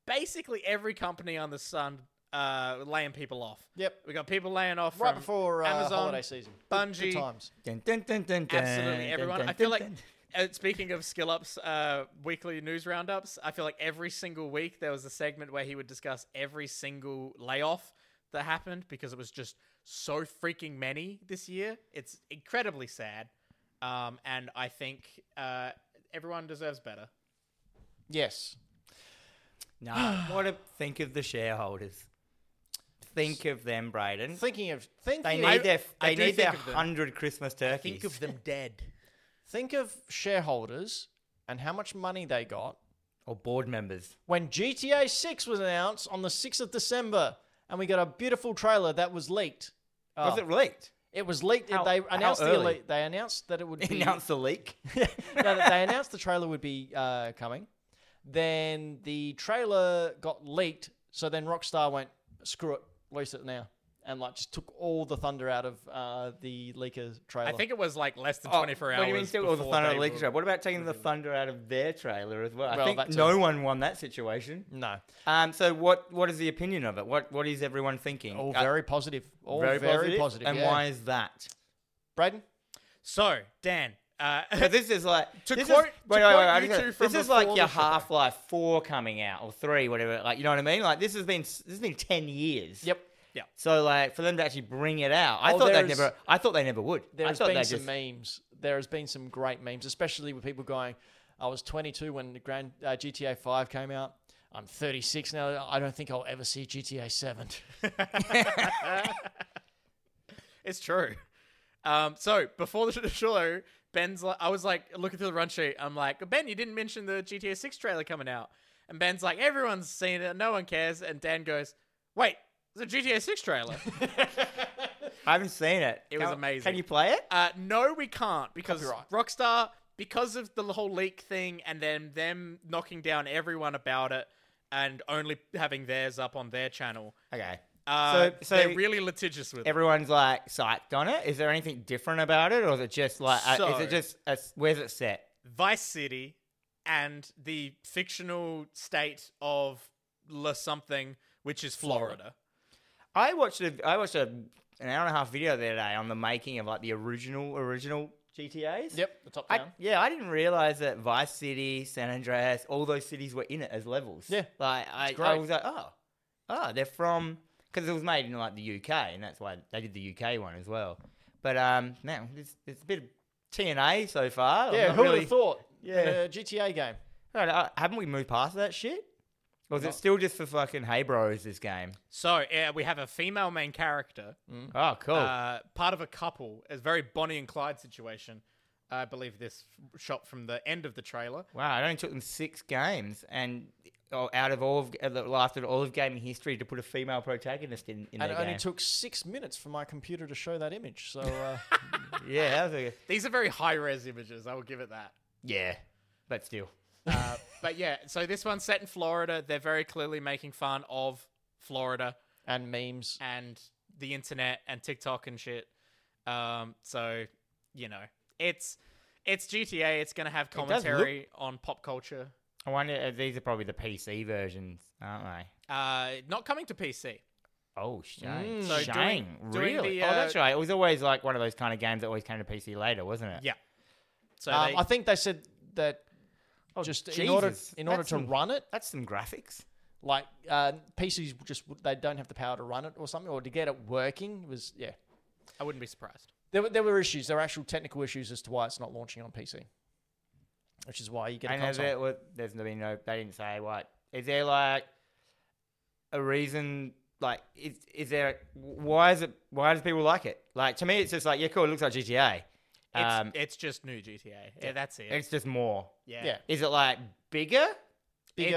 basically every company on the sun uh, laying people off.
Yep.
We got people laying off
Right
from
before uh,
Amazon,
holiday season. Good-
Bungie,
Good times.
Dun, dun, dun, dun, dun,
absolutely
dun,
everyone.
dun,
I feel
dun,
like
dun.
uh, speaking of skill ups, uh, weekly news roundups. I feel like every single week there was a segment where he would discuss every single layoff that happened because it was just so freaking many this year. It's incredibly sad, um, and I think uh, everyone deserves better.
Yes.
No, what a, think of the shareholders. Think of them, Braden.
Thinking of thinking
They need
of,
their
I
they
do
need their
think of them.
hundred Christmas turkeys.
them dead.
think of shareholders and how much money they got
or board members.
when GTA 6 was announced on the 6th of December and we got a beautiful trailer that was leaked.
Was
Oh,
it leaked?
it was leaked.
How-
they
how
announced the
early?
elite, they announced that it would be
Announce the leak.
no, that they announced the trailer would be uh, coming. Then the trailer got leaked, so then Rockstar went, "Screw it, release it now," and like just took all the thunder out of uh, the leaker trailer.
I think it was like less than
Oh,
24 hours.
What do you mean still all the
before
thunder
they
leak
were-
trailer? What about taking the thunder out of their trailer as well? I
Well,
think
that's
no one won that situation.
no,
Um, so what what is the opinion of it? What what is everyone thinking?
all
Uh,
very positive, all very, positive.
And
yeah.
why is that?
Braden?
So, Dan, uh,
So this is like
To
this
quote-
is,
to
wait, wait, wait,
quote
wait,
you
just-
two from
this is like
before
your
the show.
Half Life Four coming out or three, whatever. Like you know what I mean? Like this has been s- this has been ten years.
Yep.
So like for them to actually bring it out, I
Oh,
thought they
there's-
never. I thought they never would. I
There's
thought
been
they
some
just
memes. There has been some great memes, especially with people going, "I was 22 when the Grand uh, GTA 5 came out. I'm 36 now. I don't think I'll ever see GTA 7."
It's true. Um, so before the show, Ben's like, I was like looking through the run sheet. I'm like, Ben, you didn't mention the GTA 6 trailer coming out. And Ben's like, everyone's seen it, no one cares. And Dan goes, wait, there's a GTA 6 trailer.
I haven't seen it.
It was
Can-
amazing.
Can you play it?
uh, no, we can't because
Copyright.
Rockstar, because of the whole leak thing and then them knocking down everyone about it and only having theirs up on their channel.
Okay.
Uh,
So- so
they're really litigious with it.
Everyone's like psyched on it. Is there anything different about it, or is it just like uh, is
So-
it just a s where's it set?
Vice City and the fictional state of La something, which is Florida.
I watched a I watched a an hour and a half video the other day on the making of like the original original GTA's.
yep, the top
I, yeah, I didn't realize that Vice City, San Andreas, all those cities were in it as levels.
Yeah.
like I, I
great.
was like, oh, oh, they're from because it was made in like the UK, and that's why they did the UK one as well. But um, man, it's, it's a bit of TNA so far. I'm
Yeah,
not
who would
really-
have thought?
Yeah.
in a GTA game.
Right, uh, haven't we moved past that shit? Or is it still just for fucking hey bros this game?
So uh, we have a female main character,
Mm.
Oh, cool.
uh, part of a couple, a very Bonnie and Clyde situation. I believe this f- shot from the end of the trailer.
wow, it only took them six games, and oh, out of all of, uh, the- after all of gaming history, to put a female protagonist in, in
And
their
it only
game.
took six minutes for my computer to show that image. So uh,
yeah, that was a,
These are very high res images. I will give it that.
yeah, but still,
Uh, but yeah, so this one's set in Florida. They're very clearly making fun of Florida.
and memes.
and the internet and TikTok and shit. Um, so you know, it's it's GTA. It's gonna have
does look-
commentary on pop culture.
I wonder. Uh, these are probably the PC versions, aren't they?
Uh, not coming to PC.
Oh, shame,
Mm.
So
shame,
doing- doing
really?
the,
oh, that's
uh,
right. It was always like one of those kind of games that always came to PC later, wasn't it?
Yeah. So
Um,
they,
I think they said that
Oh,
just in order
Jesus.
in order
That's
to
some-
run it.
That's some graphics.
Like uh, PCs just they don't have the power to run it or something, or to get it working was yeah.
I wouldn't be surprised.
There were, there were issues. There were actual technical issues as to why it's not launching on PC, which is why you get a
I know
console.
there, well, there's been no. They didn't say what. Is there like a reason? Like, is is there? Why is it? Why does people like it? Like to me, it's just like yeah, cool. It looks like GTA.
It's,
Um,
it's just new GTA. Yeah, that's it.
it's just more.
yeah.
yeah.
Is it like bigger?
Bigger,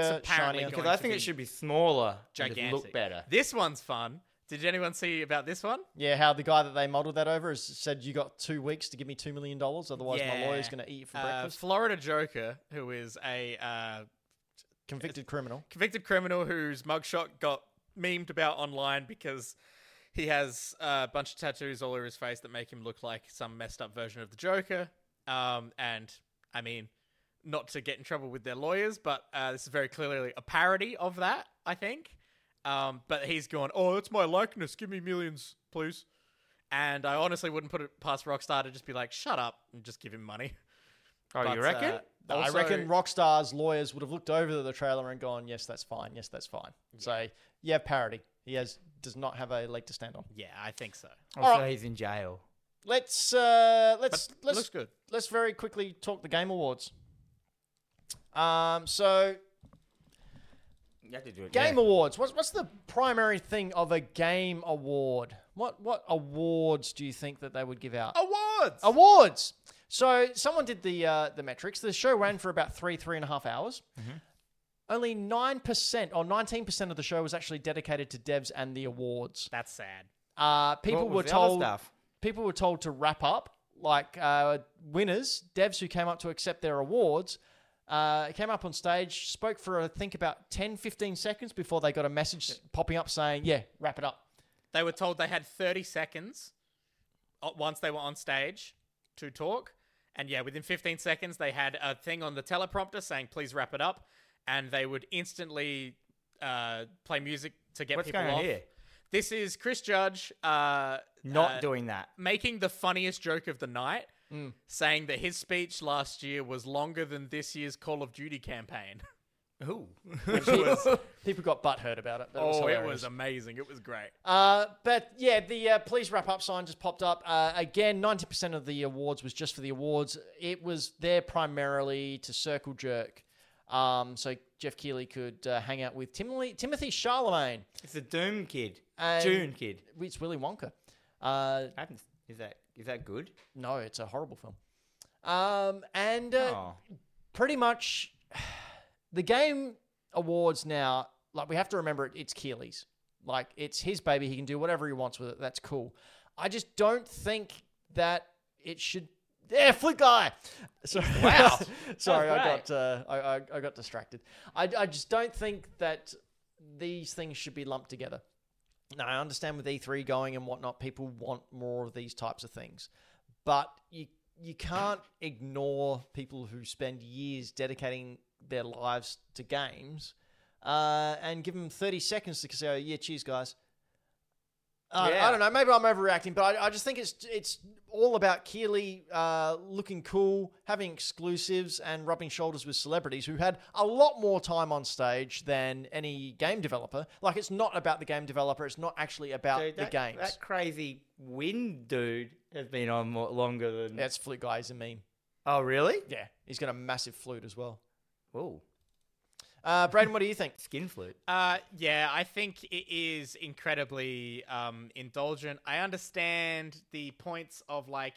shinier.
apparently going
Because I
to
think
be
it should be smaller. and just
Gigantic.
Look better.
This one's fun. Did anyone see about this one?
Yeah, how the guy that they modeled that over has said you got two weeks to give me two million dollars, otherwise my lawyer's
Yeah.
going to eat you for
Uh,
breakfast.
Florida Joker, who is a uh,
Convicted criminal.
convicted criminal whose mugshot got memed about online because he has uh, a bunch of tattoos all over his face that make him look like some messed up version of the Joker. Um, and I mean, not to get in trouble with their lawyers, but uh, this is very clearly a parody of that, I think. Um, but he's gone, oh, it's my likeness. Give me millions, please. And I honestly wouldn't put it past Rockstar to just be like, shut up and just give him money.
Oh,
But,
you reckon?
uh,
I
also-
reckon Rockstar's lawyers would have looked over the trailer and gone, "Yes, that's fine. Yes, that's fine." So yeah, parody. He has does not have a leg to stand on.
Yeah, I think so.
also,
alright.
he's in jail.
Let's uh,
But
let's let's
looks good.
let's very quickly talk the Game Awards. Um, so
You have to do it.
Game Awards. What's what's the primary thing of a game award? What what awards do you think that they would give
Oh.
out?
Awards!
Awards. So someone did the uh, the metrics. The show ran for about three three and a half hours. Only nine percent or nineteen percent of the show was actually dedicated to devs and the awards.
That's sad.
Uh, people were told
stuff.
people were told to wrap up like uh, winners devs who came up to accept their awards uh, came up on stage spoke for i think about 10 15 seconds before they got a message popping up saying yeah wrap it up
They were told they had 30 seconds uh, once they were on stage to talk. And yeah, within 15 seconds, they had a thing on the teleprompter saying, please wrap it up. And they would instantly uh, play music to get
What's
people
going on
off.
here?
This is Chris Judge uh,
Not
uh,
doing Mm. that.
making the funniest joke of the night, saying that his speech last year was longer than this year's Call of Duty campaign.
Ooh.
people, people got butthurt about it but it was
oh, it
hilarious.
was amazing. It was great.
Uh, but yeah, the uh, please wrap up sign just popped up. Uh, again, 90% of the awards was just for the awards. It was there primarily to circle jerk. Um, so Jeff Keighley could uh, hang out with Timothy, Timothy Charlemagne.
It's the Doom kid.
And-
June kid.
It's Willy Wonka. Uh,
I haven't. Is that is that good?
no, it's a horrible film. Um, and
Oh,
uh, pretty much the game awards now, like we have to remember it, it's Keeley's. Like it's his baby. He can do whatever he wants with it. That's cool. I just don't think that it should. Yeah, flute guy. Sorry.
Wow.
Sorry, I
That's
got uh, I, I, I got distracted. I, I just don't think that these things should be lumped together. Now I understand with E3 going and whatnot, people want more of these types of things, but you you can't ignore people who spend years dedicating their lives to games, uh, and give them thirty seconds to say, oh, "Yeah, cheers, guys." I- I
Yeah.
don't know. Maybe I'm overreacting, but I, I just think it's it's all about Keeley uh, looking cool, having exclusives, and rubbing shoulders with celebrities who had a lot more time on stage than any game developer. Like it's not about the game developer. It's not actually about
So
the
that,
games.
That crazy wind dude has been on more, longer than.
That's flute guy is a meme.
Oh, really?
Yeah, he's got a massive flute as well.
Ooh,
Uh, Braden, what do you think?
skin flute.
Uh, yeah, I think it is incredibly um, indulgent. I understand the points of like,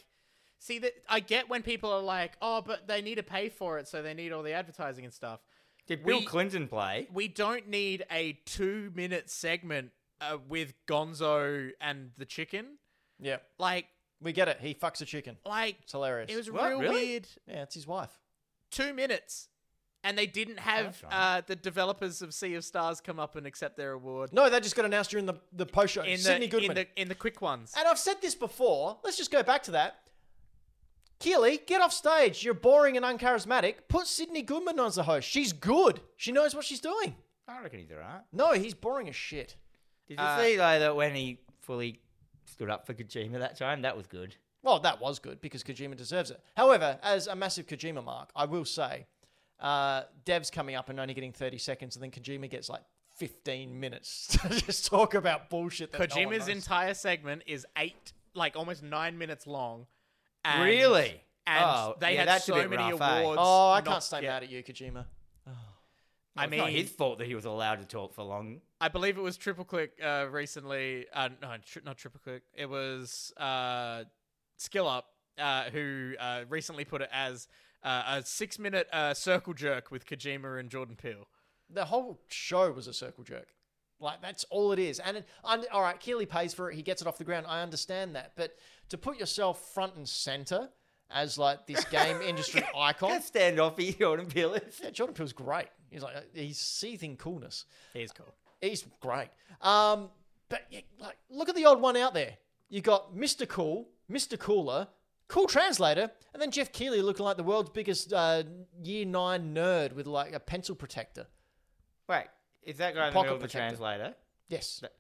see that I get when people are like, oh, but they need to pay for it, so they need all the advertising and stuff.
Did
We-
Bill Clinton play?
We don't need a two-minute segment uh, with Gonzo and the chicken.
Yeah,
Like,
we get it. He fucks a chicken.
like
It's hilarious.
it was
What?
real
Really?
weird.
yeah, it's his wife.
Two minutes. And they didn't have
That's right.
uh, the developers of Sea of Stars come up and accept their award
No, that just got announced during the the post show.
in,
Sydney
the, in
Goodman.
the in the quick ones.
And I've said this before. Let's just go back to that. Keely, get off stage. You're boring and uncharismatic. Put Sydney Goodman on as the host. She's good. She knows what she's doing.
I reckon he's alright.
No, he's boring as shit.
Did you see though that when he fully stood up for Kojima that time, that was good.
Well, that was good because Kojima deserves it. However, as a massive Kojima mark, I will say, uh, Dev's coming up and only getting 30 seconds, and then Kojima gets like 15 minutes to just talk about bullshit. That no one knows.
Kojima's entire segment is eight, like almost nine minutes long. And,
Really?
And
Oh,
they
yeah,
had
that's a
so
bit
many
rough, eh?
awards.
Oh, I
not-
can't stay
yeah.
mad at you, Kojima.
I
I
mean, it's not
mean,
his fault that he was allowed to talk for long.
I believe it was Triple Click uh, recently. Uh, no, tri- not Triple Click. It was uh, Skill Up uh, who uh, recently put it as uh, a six-minute uh, circle jerk with Kojima and Jordan Peele.
The whole show was a circle jerk. Like that's all it is. And it, and- all right, Keeley pays for it. He gets it off the ground. I understand that, but to put yourself front and center as like this game industry icon,
Can't stand off he Jordan Peele is.
yeah, Jordan Peele's great. He's like uh, he's seething coolness.
He's cool.
He's great. Um, but yeah, like, look at the odd one out there. You got Mr. Cool, Mr. Cooler, Cool Translator, and then Jeff Keighley looking like the world's biggest uh, year nine nerd with like a pencil protector.
Wait, is that guy in the
Pocket
middle of the
protector.
translator?
Yes.
That-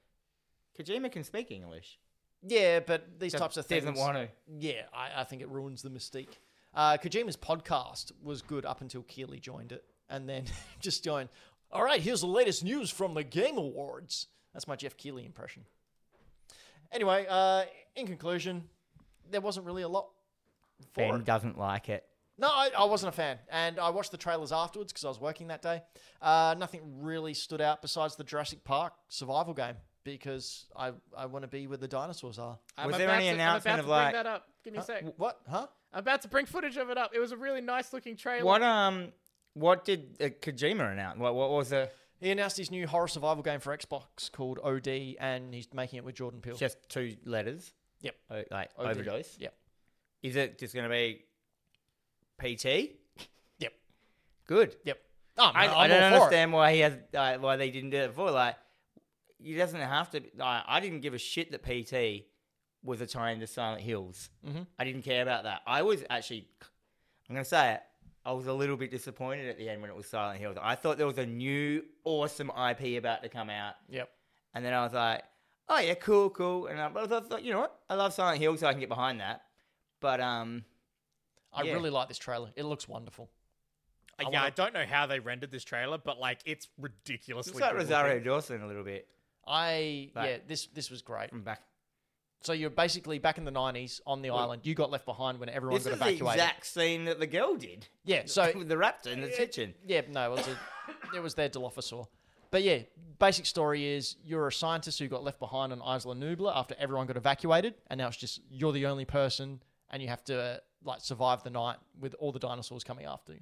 Kojima can speak English.
Yeah, but these
Just
types of things.
doesn't want to.
Yeah, I, I think it ruins the mystique. Uh, Kojima's podcast was good up until Keeley joined it, and then just going, "All right, here's the latest news from the Game Awards." That's my Jeff Keeley impression. Anyway, uh, in conclusion, there wasn't really a lot for
Ben
it.
doesn't like it.
No, I, I wasn't a fan, and I watched the trailers afterwards because I was working that day. Uh, nothing really stood out besides the Jurassic Park survival game because I I want to be where the dinosaurs are.
Was there any announcement of,
I'm about to
like-
Bring that up. Give me a sec.
What? Huh?
I'm about to bring footage of it up. It was a really nice looking trailer.
What um, what did uh, Kojima announce? What what was the
He announced his new horror survival game for Xbox called OD, and he's making it with Jordan Peele.
just two letters?
Yep.
O- like
OD.
overdose.
Yep.
Is it just going to be PT?
Yep.
Good.
Yep. Oh,
I,
man,
I
I'm
don't
all for it.
understand why he has uh, why they didn't do it before. Like, he doesn't have to. I I didn't give a shit that PT was a tie into Silent Hills. Mm-hmm. I didn't care about that. I was actually, I'm gonna say it. I was a little bit disappointed at the end when it was Silent Hills. I thought there was a new awesome IP about to come out,
Yep.
and then I was like, oh yeah, cool, cool. And I, but I thought, thought, you know what? I love Silent Hills, so I can get behind that. But um,
I
Yeah.
really like this trailer. It looks wonderful.
Uh, yeah, I don't know how they rendered this trailer, but like it's ridiculously.
it's like
good
Rosario
looking.
Dawson a little bit
I
Right.
yeah, this this was great.
from back
So you're basically back in the '90s on the island. You got left behind when everyone
This
got
is the
evacuated.
exact scene that the girl did.
yeah. So
with the raptor in the kitchen.
Yeah, no, it was, a, it was their Dilophosaur. But yeah, basic story is you're a scientist who got left behind on Isla Nublar after everyone got evacuated, and now it's just you're the only person, and you have to uh, like survive the night with all the dinosaurs coming after you.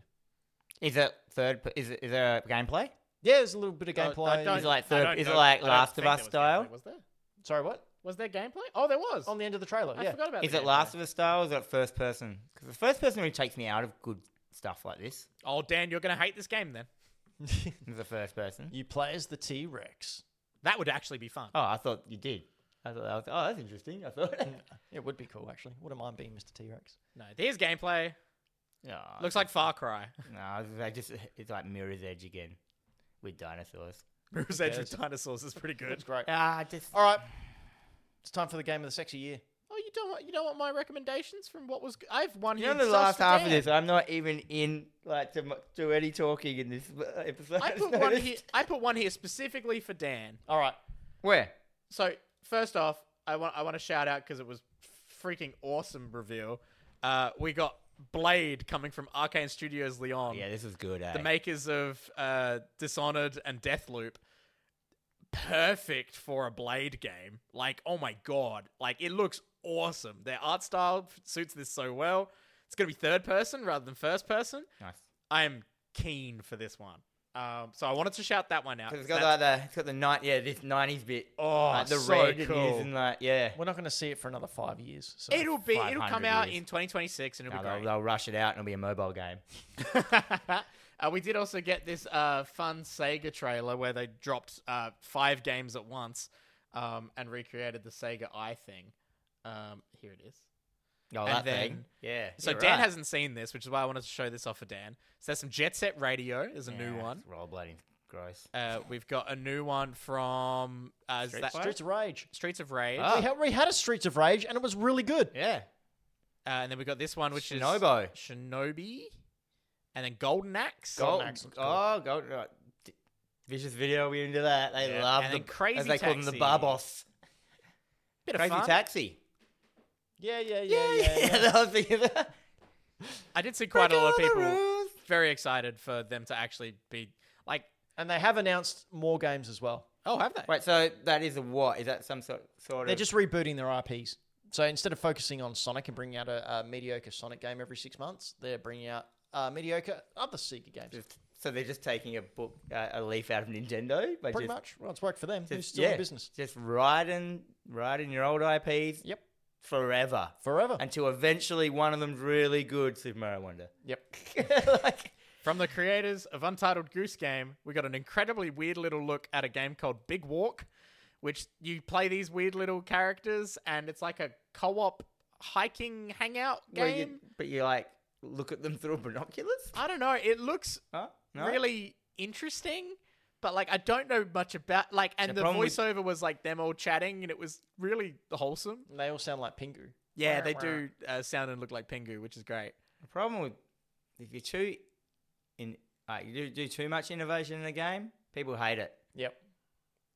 Is it third? per- Is it is there a gameplay?
Yeah, there's a little bit of
Uh, I
gameplay.
don't-
Is it like
I
third-
don't
is it
know-
like
I don't
Last of
think
Us
there was gameplay,
style?
Was there?
Sorry, what?
Was there gameplay? Oh, there was.
On the end of the trailer,
I
yeah.
forgot about.
Is
the
it
gameplay.
Last of Us style? Or is it first person? Because the first person who takes me out of good stuff like this
Oh, Dan, you're gonna hate this game then.
is the first person.
You play as the T Rex.
That would actually be fun.
Oh, I thought you did. I thought that was, oh, that's interesting. I thought.
It would be cool, actually. Wouldn't mind being Mr. T Rex.
No, there's gameplay.
no,
Looks like Far Cry.
no, I just it's like Mirror's Edge again with dinosaurs.
Mirror's Edge with dinosaurs is pretty good.
It's great.
Ah, just
All right. It's time for the game of the sexy year.
Oh, you don't want you don't want my recommendations from what was? g- I have one.
you
here
know the
just
last
for
half of
Dan.
this. I'm not even in like to mu- do any talking in this uh, episode.
I put one here. I put one here specifically for Dan.
All right.
Where?
So first off, I want I want to shout out because it was freaking awesome reveal. Uh, we got Blade coming from Arcane Studios Leon,
Yeah, this is good. Eh?
the makers of uh, Dishonored and Deathloop. Perfect for a Blade game. Like, oh my god! Like, it looks awesome. Their art style suits this so well. It's gonna be third person rather than first person.
nice.
I am keen for this one. Um, so I wanted to shout that one out.
Because it's
'cause
got like
that's-
the it's got the night yeah this nineties bit.
Oh,
like the
so
red and
cool.
using like yeah.
We're not going to see it for another five years. So.
it'll be it'll
500
come out
years.
in 2026 and it'll
No,
be
they'll,
great.
they'll rush it out and it'll be a mobile game.
uh, we did also get this uh, fun Sega trailer where they dropped uh, five games at once um, and recreated the Sega i thing. Um, here it is.
Oh,
And
that thing.
then-
Yeah.
So
you're
Dan
right.
hasn't seen this, which is why I wanted to show this off for Dan. So there's some Jet Set Radio is a
yeah,
new one.
it's Rollerblading, gross.
Uh, we've got a new one from uh, is
Street
that-
Fighter?
Streets of Rage.
Streets of Rage.
Ah.
We, had, we had a Streets of Rage, and it was really good.
Yeah.
Uh, and then we got this one, which
Shinobo.
is Shinobi. and then Golden Axe.
Golden
Gold,
Axe looks cool.
Oh, Golden Axe. Vicious video, we into that. They
Yeah,
love
and
the
then Crazy
as they call them the
Taxi.
Barbos.
Bit of
Crazy
fun.
Taxi.
Yeah, yeah,
Yeah, yeah, yeah. I was thinking that.
I did see quite a lot of
Break all the
people
rules.
very excited for them to actually be like.
And they have announced more games as well.
Oh, have they?
Wait, so that is a what? Is that some sort sort of?
They're just rebooting their IPs. So instead of focusing on Sonic and bringing out a, a mediocre Sonic game every six months, they're bringing out uh, mediocre other Sega games.
just- so they're just taking a book, uh, a leaf out of Nintendo. By
Pretty
just,
much. Well, it's worked for them.
just-
Who's still
yeah,
in business?
Just riding, riding your old IPs
Yep.
forever
Forever.
until eventually one of them's really good. Super Mario Wonder.
yep.
like,
From the creators of Untitled Goose Game, we got an incredibly weird little look at a game called Big Walk, which you play these weird little characters, and it's like a co-op hiking hangout
well,
game.
you, but you like look at them through binoculars.
I don't know. It looks
Huh? No?
really interesting, but like I don't know much about like. And
The
the,
problem with-
voiceover was like them all chatting, and it was really wholesome.
And they all sound like Pingu.
Yeah, they
Wah,
do uh, sound and look like Pingu, which is great.
The problem with if you too in uh, you do, do too much innovation in the game, people hate it.
Yep.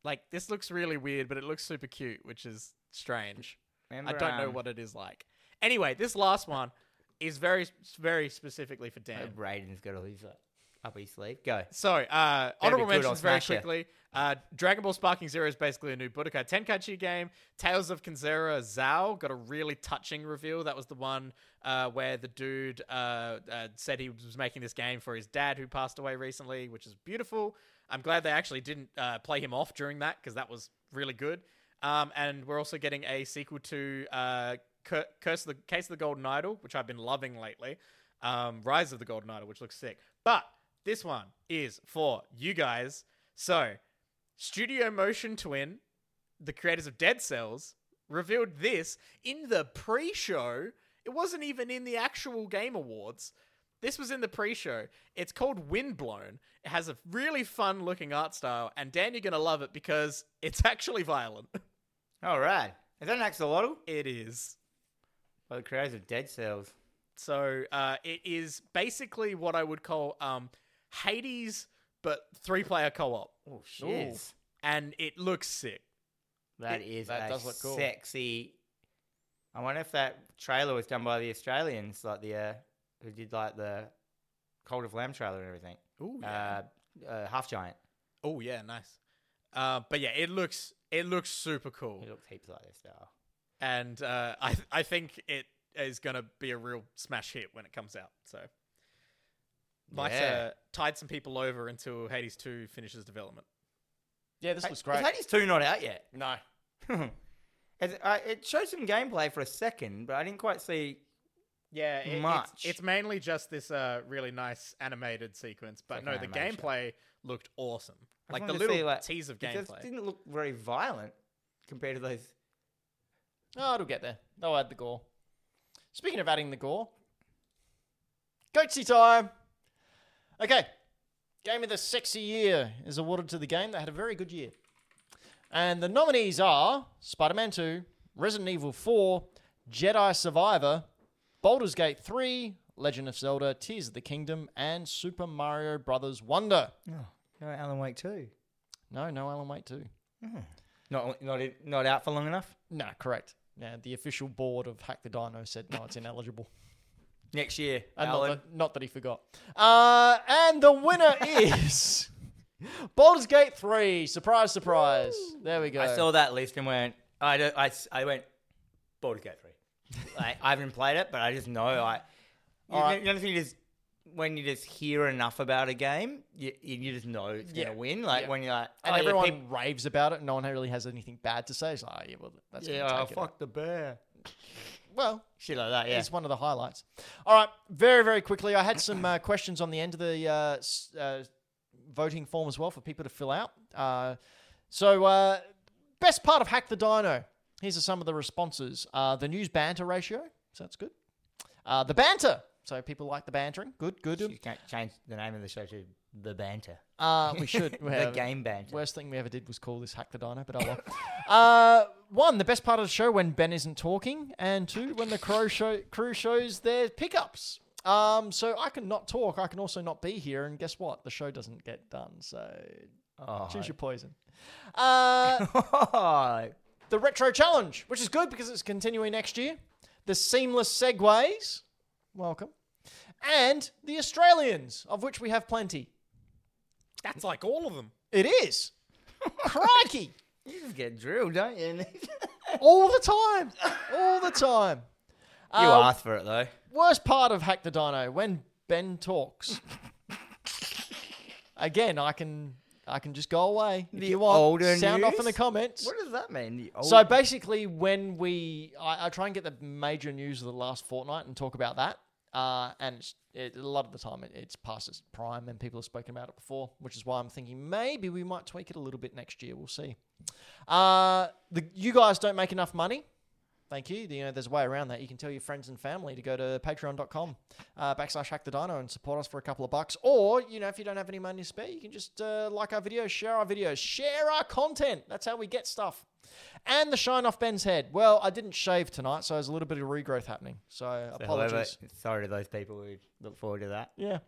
Like this looks really weird, but it looks super cute, which is strange. I
Remember,
don't know
um,
what it is like. Anyway, this last one is very, very specifically for
uh,
Dan.
Braden's got all his uh, up his sleeve. Go.
So, uh, honorable
good, I'll
mentions very
smash ya.
quickly. Uh, Dragon Ball Sparking Zero is basically a new Budokai Tenkaichi game. Tales of Kanzera Zao got a really touching reveal. That was the one uh, where the dude uh, uh, said he was making this game for his dad who passed away recently, which is beautiful. I'm glad they actually didn't uh, play him off during that because that was really good. Um, and we're also getting a sequel to uh, Cur- Curse of the Case of the Golden Idol, which I've been loving lately. Um, Rise of the Golden Idol, which looks sick. But this one is for you guys. So, Studio Motion Twin, the creators of Dead Cells, revealed this in the pre show. It wasn't even in the actual Game Awards. This was in the pre show. It's called Windblown. It has a really fun looking art style, and Dan, you're going to love it because it's actually violent.
All right. Is that an axolotl?
it is.
By the creators of Dead Cells.
So uh, it is basically what I would call um, Hades, but three player co op.
Oh shit.
And it looks sick.
That
It-
is
that
a
does look cool.
sexy. I wonder if that trailer was done by the Australians, like the uh, who did like the Cold of Lamb trailer and everything.
Ooh,
Oh,
Uh, uh, Half Giant.
Oh yeah, nice. Uh, but yeah, it looks it looks super cool,
He looks heaps like their style.
and uh, I I think it is gonna be a real smash hit when it comes out. So might
Yeah.
uh, tide some people over until Hades Two finishes development.
Yeah, this
Hey,
looks great.
Is Hades 2 not out yet?
no.
As- I- it showed some gameplay for a second, but I didn't quite see.
Yeah, it,
Much.
It's, it's mainly just this uh, really nice animated sequence, but
like
no,
an
the
animation.
gameplay looked awesome.
I
Like
wanted
the
to see,
little
like,
tease of
It just
gameplay.
didn't look very violent compared to those.
Oh, it'll get there. They'll add the gore. Speaking of adding the gore, goatsy time. Okay, game of the sexy year is awarded to the game that had a very good year, and the nominees are Spider-Man 2, Resident Evil 4, Jedi Survivor, Baldur's Gate 3, Legend of Zelda: Tears of the Kingdom, and Super Mario Brothers Wonder.
No, no Alan Wake 2.
No, no Alan Wake 2.
Not not in- not out for long enough.
No, correct. Now the official board of Hack the Dino said no, it's ineligible.
Next year,
And not
Alan.
that, not that he forgot. Uh, and the winner is Baldur's Gate 3. Surprise, surprise. There we go.
I saw that list and went. I don't, I, s- I went. Baldur's Gate 3. like, I haven't played it, but I just know. I. You,
All right.
you know, the thing is, when you just hear enough about a game, you, you just know it's
Yeah.
gonna win. Like
Yeah.
when you're like,
and
oh, yeah,
everyone
people-
raves about it. No one really has anything bad to say. It's like, oh, yeah, well, that's
yeah,
gonna
oh,
take it
fuck the bear.
out. Well,
Shit like that, yeah.
it's one of the highlights. All right, very, very quickly, I had some uh, questions on the end of the uh, s- uh, voting form as well for people to fill out. Uh, so, uh, best part of Hack the Dino. Here's are some of the responses. Uh, the news banter ratio, so that's good. Uh, the banter, so people like the bantering. Good,
You
good.
can't change the name of the show to The Banter.
Uh, we should. we
the
have-
Game Banter.
Worst thing we ever did was call this Hack the Dino, but oh well. uh, one, the best part of the show when Ben isn't talking, and two, when the crow show, crew shows their pickups. Um, so I can not talk. I can also not be here. And guess what? The show doesn't get done. So
Oh,
choose your poison. Uh, the retro challenge, which is good because it's continuing next year. The seamless segues, welcome, and the Australians, of which we have plenty.
That's like all of them.
It is crikey.
you just get drilled, don't you? you
all the time, all the time. Um,
asked for it though.
Worst part of Hack the Dino when Ben talks. Again, I can I can just go away if
The
you want.
older
sound off in the
news?
comments.
What does that mean? The old-
So basically, when we I, I try and get the major news of the last fortnight and talk about that. Uh, and it's, it, a lot of the time it, it's past its prime and people have spoken about it before, which is why I'm thinking maybe we might tweak it a little bit next year. We'll see. Uh, the, you guys don't make enough money. Thank you. You know, there's a way around that. You can tell your friends and family to go to patreon.com uh, backslash hack the dino and support us for a couple of bucks. Or, you know, if you don't have any money to spare, you can just uh, like our videos, share our videos, share our content. That's how we get stuff. And the shine off Ben's head. Well, I didn't shave tonight, so there's a little bit of regrowth happening. So,
So
apologies.
whoever- sorry to those people who look forward to that.
Yeah.